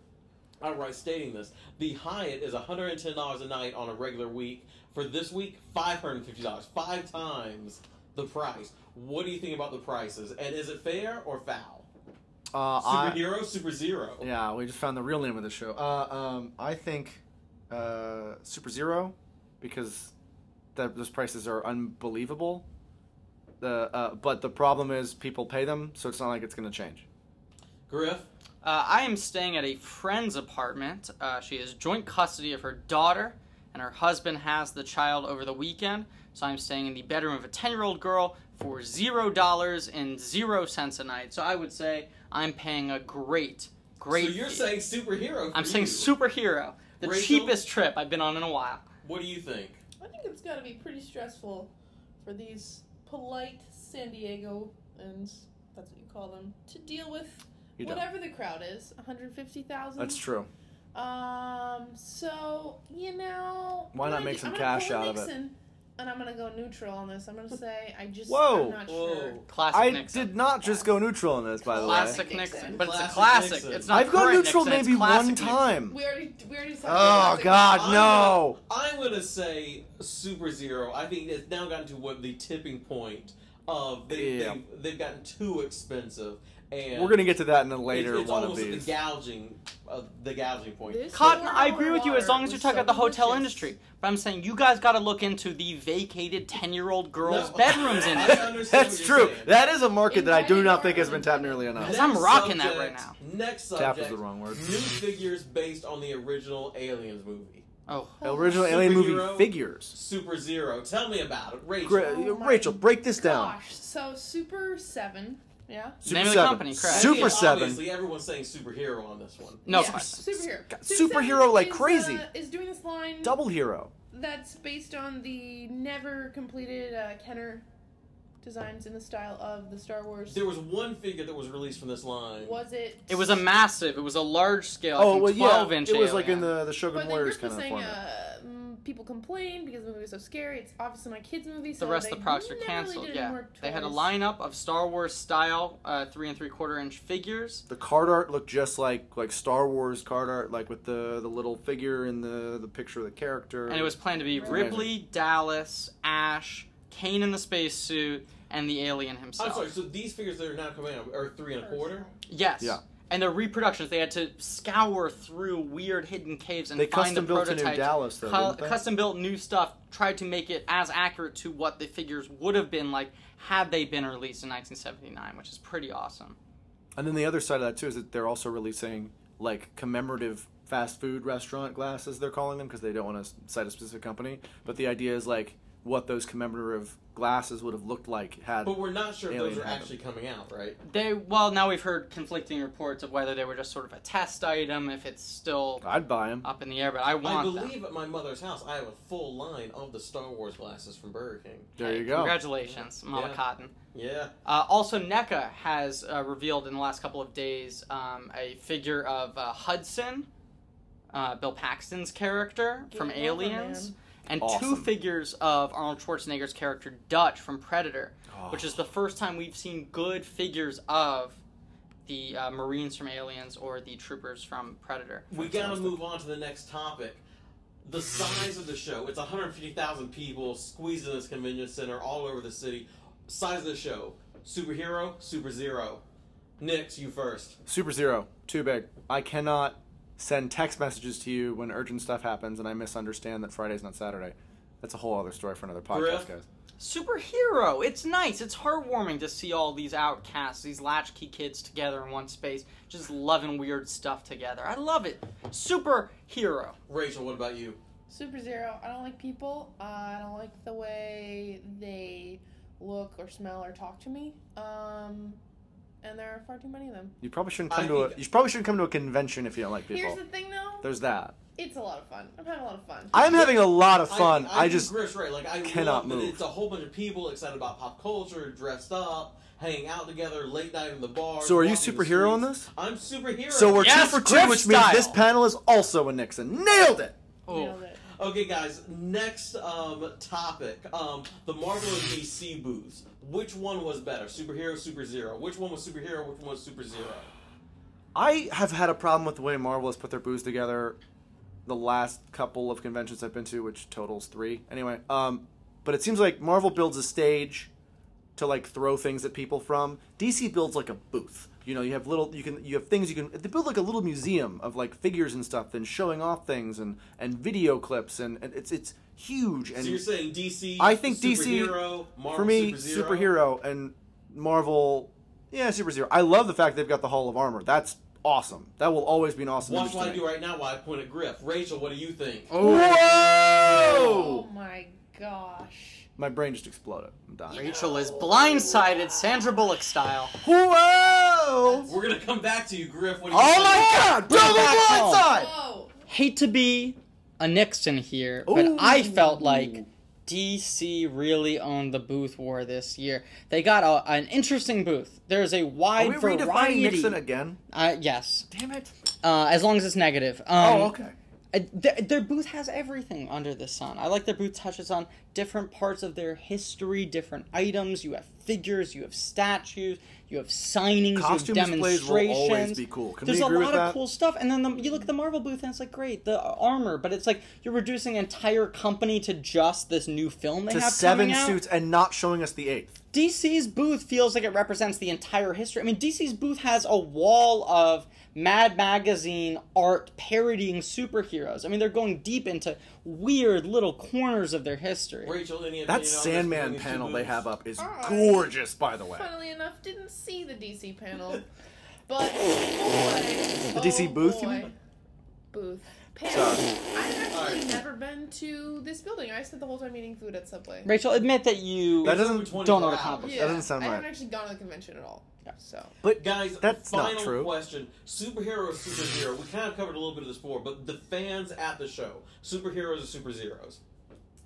[SPEAKER 1] outright stating this. The Hyatt is $110 a night on a regular week. For this week, $550. Five times the price. What do you think about the prices? And is it fair or foul?
[SPEAKER 2] Uh, I,
[SPEAKER 1] Superhero, Super Zero.
[SPEAKER 2] yeah, we just found the real name of the show. Uh, um, I think uh, Super Zero because that, those prices are unbelievable. The uh, but the problem is people pay them, so it's not like it's going to change.
[SPEAKER 1] Griff?
[SPEAKER 3] Uh, I am staying at a friend's apartment. Uh, she has joint custody of her daughter, and her husband has the child over the weekend. So I'm staying in the bedroom of a 10 year old girl for zero dollars and zero cents a night. So I would say I'm paying a great, great.
[SPEAKER 1] So you're saying
[SPEAKER 3] fee.
[SPEAKER 1] superhero. for
[SPEAKER 3] I'm saying
[SPEAKER 1] you.
[SPEAKER 3] superhero, the
[SPEAKER 1] Rachel?
[SPEAKER 3] cheapest trip I've been on in a while.
[SPEAKER 1] What do you think?
[SPEAKER 4] I think it's got to be pretty stressful for these polite San Diego and that's what you call them to deal with
[SPEAKER 2] You don't.
[SPEAKER 4] whatever the crowd is 150,000.
[SPEAKER 2] That's true.
[SPEAKER 4] Um, so you know,
[SPEAKER 2] Why
[SPEAKER 4] I'm
[SPEAKER 2] not
[SPEAKER 4] gonna
[SPEAKER 2] make
[SPEAKER 4] do-
[SPEAKER 2] some
[SPEAKER 4] I'm
[SPEAKER 2] cash
[SPEAKER 4] gonna
[SPEAKER 2] out
[SPEAKER 4] pull a
[SPEAKER 2] of it?
[SPEAKER 4] Nixon, And I'm gonna go neutral on this. I'm gonna say I just
[SPEAKER 2] Whoa.
[SPEAKER 4] I'm not sure.
[SPEAKER 1] Whoa.
[SPEAKER 3] Classic
[SPEAKER 2] I
[SPEAKER 3] Nixon.
[SPEAKER 2] did not just go neutral on this, by the way.
[SPEAKER 3] Classic Nixon.
[SPEAKER 4] Nixon.
[SPEAKER 3] But it's a
[SPEAKER 1] Classic
[SPEAKER 3] classic.
[SPEAKER 1] Nixon.
[SPEAKER 3] It's not
[SPEAKER 2] I've gone
[SPEAKER 3] current
[SPEAKER 2] neutral
[SPEAKER 3] Nixon, it's
[SPEAKER 2] maybe
[SPEAKER 3] classic
[SPEAKER 2] one
[SPEAKER 3] Nixon.
[SPEAKER 2] time.
[SPEAKER 4] We already we already saw
[SPEAKER 2] Oh
[SPEAKER 4] classic.
[SPEAKER 2] God, no!
[SPEAKER 1] I'm gonna say Super Zero. I think it's now gotten to what the tipping point of they,
[SPEAKER 2] Yeah.
[SPEAKER 1] they've, they've gotten too expensive, and
[SPEAKER 2] We're gonna get to that in a later
[SPEAKER 1] it's, it's
[SPEAKER 2] one of
[SPEAKER 1] almost at
[SPEAKER 2] these. [laughs]
[SPEAKER 1] the gouging, uh, the gouging point.
[SPEAKER 4] This
[SPEAKER 3] Cotton,
[SPEAKER 4] four
[SPEAKER 3] I agree with you
[SPEAKER 4] hour
[SPEAKER 3] as long as you're
[SPEAKER 4] was
[SPEAKER 3] talking
[SPEAKER 4] so
[SPEAKER 3] about the hotel
[SPEAKER 4] delicious.
[SPEAKER 3] industry. But I'm saying you guys got to look into the vacated 10 year old girls'
[SPEAKER 1] No.
[SPEAKER 3] bedrooms in
[SPEAKER 1] I
[SPEAKER 2] [laughs]
[SPEAKER 3] it.
[SPEAKER 1] understand
[SPEAKER 2] That's
[SPEAKER 1] what you're
[SPEAKER 2] true.
[SPEAKER 1] saying.
[SPEAKER 2] That is a market that I do
[SPEAKER 4] Invited
[SPEAKER 2] not think has
[SPEAKER 4] Marvel.
[SPEAKER 2] been tapped nearly enough.
[SPEAKER 3] Because I'm rocking that right
[SPEAKER 1] subject- Next subject.
[SPEAKER 2] Tap is the wrong word.
[SPEAKER 1] New figures based on the original Aliens movie.
[SPEAKER 3] Oh,
[SPEAKER 2] Original alien
[SPEAKER 1] Superhero.
[SPEAKER 2] movie figures.
[SPEAKER 1] Super Zero. Tell me about it, Rachel.
[SPEAKER 2] Gra-
[SPEAKER 4] Oh my
[SPEAKER 2] Rachel, break this down.
[SPEAKER 4] Gosh, so Super Seven, yeah.
[SPEAKER 2] Super
[SPEAKER 3] Name of the
[SPEAKER 2] seven.
[SPEAKER 3] company, correct.
[SPEAKER 1] I mean,
[SPEAKER 2] Super seven.
[SPEAKER 1] Obviously, everyone's saying superhero on this one.
[SPEAKER 3] no
[SPEAKER 4] yeah.
[SPEAKER 3] question.
[SPEAKER 4] Superhero.
[SPEAKER 2] Got
[SPEAKER 4] Super Seven
[SPEAKER 2] superhero like
[SPEAKER 4] is, uh,
[SPEAKER 2] crazy.
[SPEAKER 4] is doing this line
[SPEAKER 2] Double hero.
[SPEAKER 4] that's based on the never completed uh, Kenner designs in the style of the Star Wars.
[SPEAKER 1] There was one figure that was released from this line.
[SPEAKER 4] Was it?
[SPEAKER 3] It was a massive, it was a large scale.
[SPEAKER 2] Oh well,
[SPEAKER 3] like a
[SPEAKER 2] yeah.
[SPEAKER 3] 12 inch
[SPEAKER 2] It was like in
[SPEAKER 3] alien.
[SPEAKER 2] the the
[SPEAKER 4] But
[SPEAKER 2] Shogun
[SPEAKER 4] then
[SPEAKER 2] Warriors
[SPEAKER 4] Griff
[SPEAKER 2] kind
[SPEAKER 4] was
[SPEAKER 2] of
[SPEAKER 4] saying
[SPEAKER 2] format.
[SPEAKER 4] uh, mm, people complained because the movie was so scary. It's obviously my kids' movie. So
[SPEAKER 3] The rest
[SPEAKER 4] they
[SPEAKER 3] of the products are
[SPEAKER 4] never
[SPEAKER 3] canceled.
[SPEAKER 4] Really did any
[SPEAKER 3] yeah.
[SPEAKER 4] more
[SPEAKER 3] They had a
[SPEAKER 4] toys.
[SPEAKER 3] lineup of Star Wars style uh, three and three quarter inch figures.
[SPEAKER 2] The card art looked just like like Star Wars card art, like with the the little figure and the the picture of the character.
[SPEAKER 3] And it was planned to be
[SPEAKER 4] Right.
[SPEAKER 3] Ripley, Dallas, Ash, Kane in the spacesuit, and the alien himself.
[SPEAKER 1] I'm sorry. So these figures that are now coming out are three and a quarter.
[SPEAKER 3] Yes.
[SPEAKER 2] Yeah.
[SPEAKER 3] And the reproductions, they had to scour through weird hidden caves and
[SPEAKER 2] they
[SPEAKER 3] find
[SPEAKER 2] custom
[SPEAKER 3] the
[SPEAKER 2] built a
[SPEAKER 3] prototypes.
[SPEAKER 2] new Dallas though.
[SPEAKER 3] cu-
[SPEAKER 2] didn't they?
[SPEAKER 3] custom built new stuff, tried to make it as accurate to what the figures would have been like had they been released in 1979, which is pretty awesome.
[SPEAKER 2] And then the other side of that too is that they're also releasing like commemorative fast food restaurant glasses. They're calling them because they don't want to cite a specific company. But the idea is like what those commemorative glasses would have looked like had.
[SPEAKER 1] But we're not sure if
[SPEAKER 2] Alien
[SPEAKER 1] those are
[SPEAKER 2] had them.
[SPEAKER 1] actually coming out, right?
[SPEAKER 3] They well now we've heard conflicting reports of whether they were just sort of a test item, if it's still
[SPEAKER 2] I'd buy them.
[SPEAKER 3] up in the air, but I want
[SPEAKER 1] I
[SPEAKER 3] them.
[SPEAKER 1] believe at my mother's house I have a full line of the Star Wars glasses from Burger King.
[SPEAKER 2] There
[SPEAKER 3] Hey,
[SPEAKER 2] you go.
[SPEAKER 3] Congratulations, Mama
[SPEAKER 1] Yeah.
[SPEAKER 3] Cotton.
[SPEAKER 1] Yeah.
[SPEAKER 3] Uh, also, NECA has uh, revealed in the last couple of days um, a figure of uh, Hudson, uh, Bill Paxton's character from
[SPEAKER 4] Game over,
[SPEAKER 3] Aliens, and two
[SPEAKER 2] Awesome.
[SPEAKER 3] figures of Arnold Schwarzenegger's character Dutch from Predator,
[SPEAKER 2] Oh.
[SPEAKER 3] which is the first time we've seen good figures of the uh, Marines from Aliens or the Troopers from Predator.
[SPEAKER 1] We gotta move on to the next topic. The size of the show. It's 150,000 people squeezed in this convention center all over the city. Size of the show. Superhero, Super Zero. Nix, you first.
[SPEAKER 2] Super Zero, too big. I cannot send text messages to you when urgent stuff happens, and I misunderstand that Friday's not Saturday. That's a whole other story for another podcast,
[SPEAKER 1] Griff?
[SPEAKER 2] guys.
[SPEAKER 3] superhero. It's nice. It's heartwarming to see all these outcasts, these latchkey kids together in one space, just loving weird stuff together. I love it. Superhero.
[SPEAKER 1] Rachel, what about you?
[SPEAKER 4] Super Zero. I don't like people. Uh, I don't like the way they look or smell or talk to me. Um, and there are far too many of them.
[SPEAKER 2] You probably shouldn't
[SPEAKER 1] I
[SPEAKER 2] come to a
[SPEAKER 1] think-
[SPEAKER 2] you probably shouldn't come to a convention if you don't like
[SPEAKER 4] Here's
[SPEAKER 2] people.
[SPEAKER 4] the thing, though.
[SPEAKER 2] There's that.
[SPEAKER 4] It's a lot of fun. I'm having a lot of fun.
[SPEAKER 2] I'm having a lot of
[SPEAKER 1] I-
[SPEAKER 2] fun. I,
[SPEAKER 1] think
[SPEAKER 2] just
[SPEAKER 1] Griff's right. Like I
[SPEAKER 2] cannot
[SPEAKER 1] love that
[SPEAKER 2] move.
[SPEAKER 1] It's a whole bunch of people excited about pop culture, dressed up, hanging out together, late night in the bar.
[SPEAKER 2] So are you superhero on this?
[SPEAKER 1] I'm superhero.
[SPEAKER 2] so we're
[SPEAKER 3] Yes,
[SPEAKER 2] two for two,
[SPEAKER 3] Griff
[SPEAKER 2] which means this
[SPEAKER 3] style.
[SPEAKER 2] panel is also a Nixon. Nailed it.
[SPEAKER 3] Oh,
[SPEAKER 4] Nailed it.
[SPEAKER 1] okay, guys. Next um, topic: um, the Marvel and DC booths. Which one was better, superhero, super zero? Which one was superhero? Which one was super zero?
[SPEAKER 2] I have had a problem with the way Marvel has put their booths together the last couple of conventions I've been to, which totals three. Anyway, um, but it seems like Marvel builds a stage to like throw things at people from. DC builds like a booth. You know, you have little you can you have things you can they build like a little museum of like figures and stuff and showing off things and and video clips and, and it's it's huge and
[SPEAKER 1] so you're saying DC?
[SPEAKER 2] I think DC,
[SPEAKER 1] superhero, Marvel,
[SPEAKER 2] for me,
[SPEAKER 1] Super-Zero?
[SPEAKER 2] superhero and Marvel, yeah, super zero. I love the fact they've got the Hall of Armor. That's awesome. That will always be an awesome.
[SPEAKER 1] Watch
[SPEAKER 2] image
[SPEAKER 1] what
[SPEAKER 2] to
[SPEAKER 1] I
[SPEAKER 2] me.
[SPEAKER 1] do right now while I point at Griff. Rachel, what do you think?
[SPEAKER 2] Oh. Whoa!
[SPEAKER 4] Oh my gosh.
[SPEAKER 2] My brain just exploded. I'm dying.
[SPEAKER 3] Rachel is blindsided, Sandra Bullock style.
[SPEAKER 2] Whoa!
[SPEAKER 1] We're gonna come back to you, Griff. What do you
[SPEAKER 3] Oh
[SPEAKER 1] think?
[SPEAKER 3] my god!
[SPEAKER 2] Double blindside!
[SPEAKER 4] Whoa.
[SPEAKER 3] Hate to be a Nixon here, but I felt like DC really owned the booth war this year. They got a, an interesting booth. There's a
[SPEAKER 2] Are
[SPEAKER 3] wide
[SPEAKER 2] we redefining
[SPEAKER 3] variety.
[SPEAKER 2] Nixon again?
[SPEAKER 3] uh, yes,
[SPEAKER 2] Damn it!
[SPEAKER 3] uh, as long as it's negative. Um,
[SPEAKER 2] Oh, okay.
[SPEAKER 3] Uh, their, their booth has everything under the sun. I like their booth touches on different parts of their history, different items. You have figures, you have statues, you have signings,
[SPEAKER 2] Costume
[SPEAKER 3] you have
[SPEAKER 2] displays
[SPEAKER 3] demonstrations.
[SPEAKER 2] will always be cool. Can
[SPEAKER 3] There's
[SPEAKER 2] we
[SPEAKER 3] a
[SPEAKER 2] agree
[SPEAKER 3] lot
[SPEAKER 2] with that?
[SPEAKER 3] of cool stuff, and then the, you look at the Marvel booth, and it's like great, the armor, but it's like you're reducing an entire company to just this new film they
[SPEAKER 2] to
[SPEAKER 3] have
[SPEAKER 2] seven
[SPEAKER 3] coming out.
[SPEAKER 2] suits and not showing us the eighth.
[SPEAKER 3] DC's booth feels like it represents the entire history. I mean, DC's booth has a wall of Mad Magazine art parodying superheroes. I mean, they're going deep into weird little corners of their history.
[SPEAKER 1] Rachel, any opinion on
[SPEAKER 2] That
[SPEAKER 1] this between
[SPEAKER 2] Sandman
[SPEAKER 1] these two
[SPEAKER 2] panel they
[SPEAKER 1] movies?
[SPEAKER 2] have up is
[SPEAKER 4] Alright.
[SPEAKER 2] gorgeous, by the way.
[SPEAKER 4] Funnily enough, didn't see the
[SPEAKER 2] [laughs]
[SPEAKER 4] DC panel, but oh boy,
[SPEAKER 2] The DC
[SPEAKER 4] oh
[SPEAKER 2] booth, you
[SPEAKER 4] boy.
[SPEAKER 2] mean?
[SPEAKER 4] Booth. Panel.
[SPEAKER 2] Sorry.
[SPEAKER 4] I've actually
[SPEAKER 1] Alright.
[SPEAKER 4] never been to this building. I spent the whole time eating food at Subway.
[SPEAKER 3] Rachel, admit that you
[SPEAKER 2] That doesn't-
[SPEAKER 1] Over 24
[SPEAKER 3] don't know
[SPEAKER 1] hours.
[SPEAKER 3] the accomplish.
[SPEAKER 2] doesn't sound
[SPEAKER 4] I
[SPEAKER 2] right.
[SPEAKER 4] haven't actually gone to the convention at all. So
[SPEAKER 2] But
[SPEAKER 1] Guys,
[SPEAKER 2] That's not
[SPEAKER 1] final
[SPEAKER 2] true.
[SPEAKER 1] question. Superhero or super zero? We kind of covered a little bit of this before, but the fans at the show, superheroes or super zeros?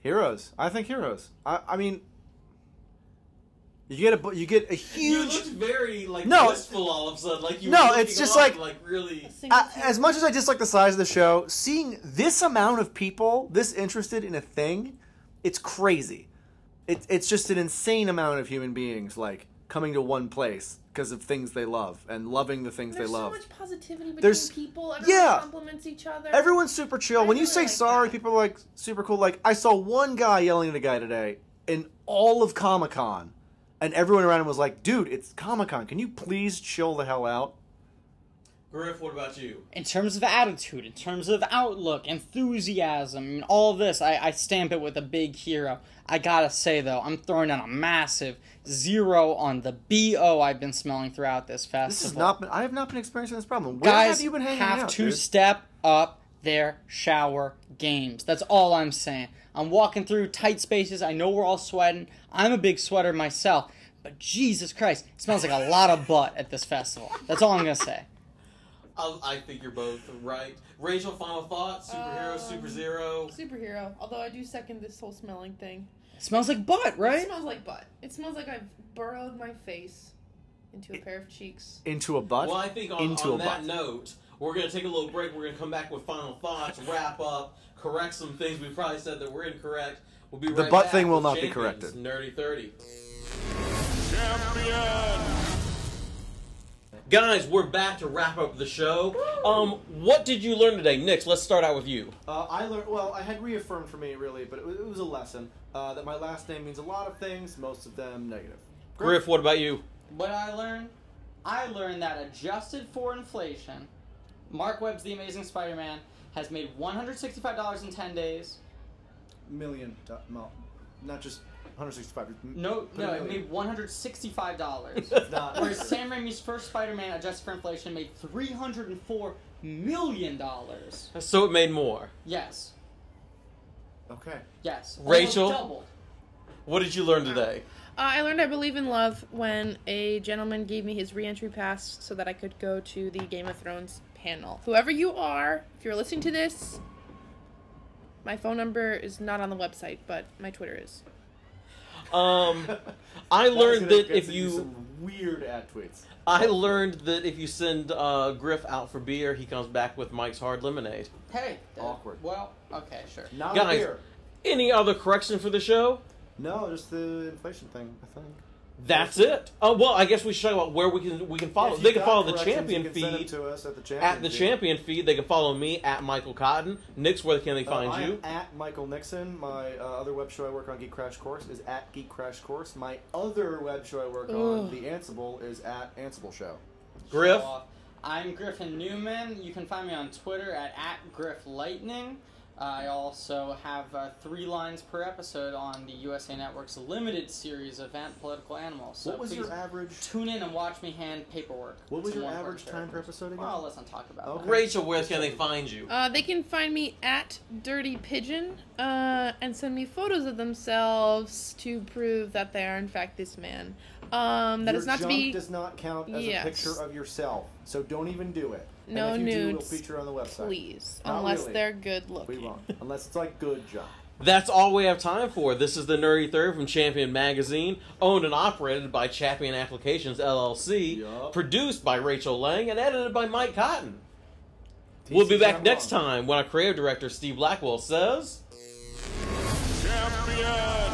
[SPEAKER 2] Heroes. I think heroes. I, I mean, you get a bu- you get a
[SPEAKER 1] You
[SPEAKER 2] huge.
[SPEAKER 1] looked very like
[SPEAKER 2] No.
[SPEAKER 1] blissful all of a sudden. Like you
[SPEAKER 2] No,
[SPEAKER 1] were
[SPEAKER 2] it's
[SPEAKER 1] looking
[SPEAKER 2] just
[SPEAKER 1] on,
[SPEAKER 2] like-
[SPEAKER 1] like really.
[SPEAKER 4] a single
[SPEAKER 2] Uh, as much as I dislike the size of the show, seeing this amount of people this interested in a thing, it's crazy. It, it's just an insane amount of human beings like coming to one place because of things they love and loving the things
[SPEAKER 4] there's
[SPEAKER 2] they love.
[SPEAKER 4] so much positivity between
[SPEAKER 2] There's-
[SPEAKER 4] people. Everyone
[SPEAKER 2] yeah.
[SPEAKER 4] compliments each other.
[SPEAKER 2] Everyone's super chill.
[SPEAKER 4] I
[SPEAKER 2] when you
[SPEAKER 4] really
[SPEAKER 2] say
[SPEAKER 4] like
[SPEAKER 2] sorry,
[SPEAKER 4] that.
[SPEAKER 2] people are like super cool. Like I saw one guy yelling at a guy today in all of Comic Con, and everyone around him was like, "Dude, it's Comic Con. Can you please chill the hell out?"
[SPEAKER 1] Griff, what about you?
[SPEAKER 3] In terms of attitude, in terms of outlook, enthusiasm, and all this, I, I stamp it with a big hero. I gotta say though, I'm throwing down a massive zero on the bo I've been smelling throughout this festival.
[SPEAKER 2] This has not been. I have not been experiencing this problem. Where
[SPEAKER 3] guys
[SPEAKER 2] have you been hanging
[SPEAKER 3] have
[SPEAKER 2] out?
[SPEAKER 3] to
[SPEAKER 2] dude?
[SPEAKER 3] step up their shower games. That's all I'm saying. I'm walking through tight spaces. I know we're all sweating. I'm a big sweater myself, but Jesus Christ, it smells like a lot of butt at this festival. That's all I'm gonna say.
[SPEAKER 1] I, I think you're both right. Rachel, final thoughts: superhero,
[SPEAKER 4] Um,
[SPEAKER 1] super zero.
[SPEAKER 4] Superhero. Although I do second this whole smelling thing.
[SPEAKER 3] It smells like butt,
[SPEAKER 4] It
[SPEAKER 3] right?
[SPEAKER 4] smells like butt. It smells like I've burrowed my face into a pair of cheeks.
[SPEAKER 2] into a butt.
[SPEAKER 1] Well, I think on,
[SPEAKER 2] Into
[SPEAKER 1] on
[SPEAKER 2] a
[SPEAKER 1] that
[SPEAKER 2] butt.
[SPEAKER 1] note, we're gonna take a little break. We're gonna come back with final thoughts, wrap up, correct some things we probably said that were incorrect. We'll be
[SPEAKER 2] The
[SPEAKER 1] right
[SPEAKER 2] butt
[SPEAKER 1] back
[SPEAKER 2] thing will
[SPEAKER 1] with
[SPEAKER 2] not be
[SPEAKER 1] Jenkins,
[SPEAKER 2] corrected.
[SPEAKER 1] Nerdy thirty.
[SPEAKER 5] Champion.
[SPEAKER 1] Guys, we're back to wrap up the show. Um, what did you learn today, Nick? Let's start out with you.
[SPEAKER 2] Uh, I learned. Well, I had reaffirmed for me really, but it was, it was a lesson uh, that my last name means a lot of things. Most of them negative.
[SPEAKER 1] Griff, what about you?
[SPEAKER 3] What I learned, I learned that adjusted for inflation, Mark Webb's The Amazing Spider-Man has made $165 in 10 days.
[SPEAKER 2] Million. do- mo- Not just 165.
[SPEAKER 3] No,
[SPEAKER 2] Put a
[SPEAKER 3] no, it
[SPEAKER 2] million.
[SPEAKER 1] [laughs]
[SPEAKER 3] made $165.
[SPEAKER 2] Not- [laughs]
[SPEAKER 3] Whereas Sam Raimi's first Spider-Man, adjusted for inflation, made three hundred and four million dollars.
[SPEAKER 1] So it made more.
[SPEAKER 3] Yes.
[SPEAKER 2] Okay. [laughs]
[SPEAKER 3] Yes.
[SPEAKER 1] Rachel?
[SPEAKER 3] Almost doubled.
[SPEAKER 1] What did you learn today?
[SPEAKER 4] Uh, I learned I believe in love when a gentleman gave me his re-entry pass so that I could go to the Game of Thrones panel. Whoever you are, if you're listening to this, my phone number is not on the website, but my Twitter is.
[SPEAKER 1] Um, I learned that if you,
[SPEAKER 2] some weird ad tweets.
[SPEAKER 1] I learned that if you send uh, Griff out for beer, he comes back with Mike's hard lemonade.
[SPEAKER 3] Hey. uh,
[SPEAKER 2] Awkward.
[SPEAKER 3] Well, okay, sure.
[SPEAKER 2] Not
[SPEAKER 1] Guys.
[SPEAKER 2] here.
[SPEAKER 1] Any other correction for the show?
[SPEAKER 2] No, just the inflation thing. I think.
[SPEAKER 1] That's it. Uh, well, I guess we should talk about where we can we can follow.
[SPEAKER 2] If you've
[SPEAKER 1] They can
[SPEAKER 2] got
[SPEAKER 1] follow the
[SPEAKER 2] corrections,
[SPEAKER 1] champion
[SPEAKER 2] you can send them
[SPEAKER 1] feed
[SPEAKER 2] to us at the champion.
[SPEAKER 1] at the
[SPEAKER 2] feed.
[SPEAKER 1] champion feed. They can follow me at Michael Cotton. Nick's where can they
[SPEAKER 2] Uh,
[SPEAKER 1] find
[SPEAKER 2] I am
[SPEAKER 1] you?
[SPEAKER 2] at Michael Nixon. My uh, other web show I work on, Geek Crash Course, is at Geek Crash Course. My other web show I work on,
[SPEAKER 4] Ugh.
[SPEAKER 2] The Ansible, is at Ansible Show.
[SPEAKER 1] Griff.
[SPEAKER 3] Show off. I'm Griffin Newman. You can find me on Twitter at, at GriffLightning. I also have uh, three lines per episode on the USA Network's limited series event, Political Animals. So
[SPEAKER 2] what was
[SPEAKER 3] please
[SPEAKER 2] your average?
[SPEAKER 3] tune in and watch me hand paperwork.
[SPEAKER 2] What was
[SPEAKER 3] It's
[SPEAKER 2] your
[SPEAKER 3] more
[SPEAKER 2] average
[SPEAKER 3] work
[SPEAKER 2] time per
[SPEAKER 3] there.
[SPEAKER 2] episode again?
[SPEAKER 3] Well, let's not talk about
[SPEAKER 2] Okay.
[SPEAKER 3] that.
[SPEAKER 1] Rachel, where can they find you?
[SPEAKER 4] Uh, they can find me at Dirty Pigeon uh, and send me photos of themselves to prove that they are in fact this man. Um, that
[SPEAKER 2] Your
[SPEAKER 4] is not to
[SPEAKER 2] junk
[SPEAKER 4] be
[SPEAKER 2] does not count as
[SPEAKER 4] Yes.
[SPEAKER 2] a picture of yourself, so don't even do it.
[SPEAKER 4] No
[SPEAKER 2] and if you
[SPEAKER 4] nudes,
[SPEAKER 2] Do, it'll feature on the website.
[SPEAKER 4] please,
[SPEAKER 2] Not
[SPEAKER 4] unless
[SPEAKER 2] really.
[SPEAKER 4] they're good
[SPEAKER 2] We
[SPEAKER 4] looking.
[SPEAKER 2] won't, unless it's like good junk.
[SPEAKER 1] That's all we have time for. This is the Nerdy Third from Champion Magazine, owned and operated by Champion Applications LLC,
[SPEAKER 2] Yup.
[SPEAKER 1] produced by Rachel Lang, and edited by Mike Cotton. We'll be
[SPEAKER 2] TC
[SPEAKER 1] back
[SPEAKER 2] John
[SPEAKER 1] next
[SPEAKER 2] Long.
[SPEAKER 1] time when our creative director Steve Blackwell says.
[SPEAKER 5] Champion!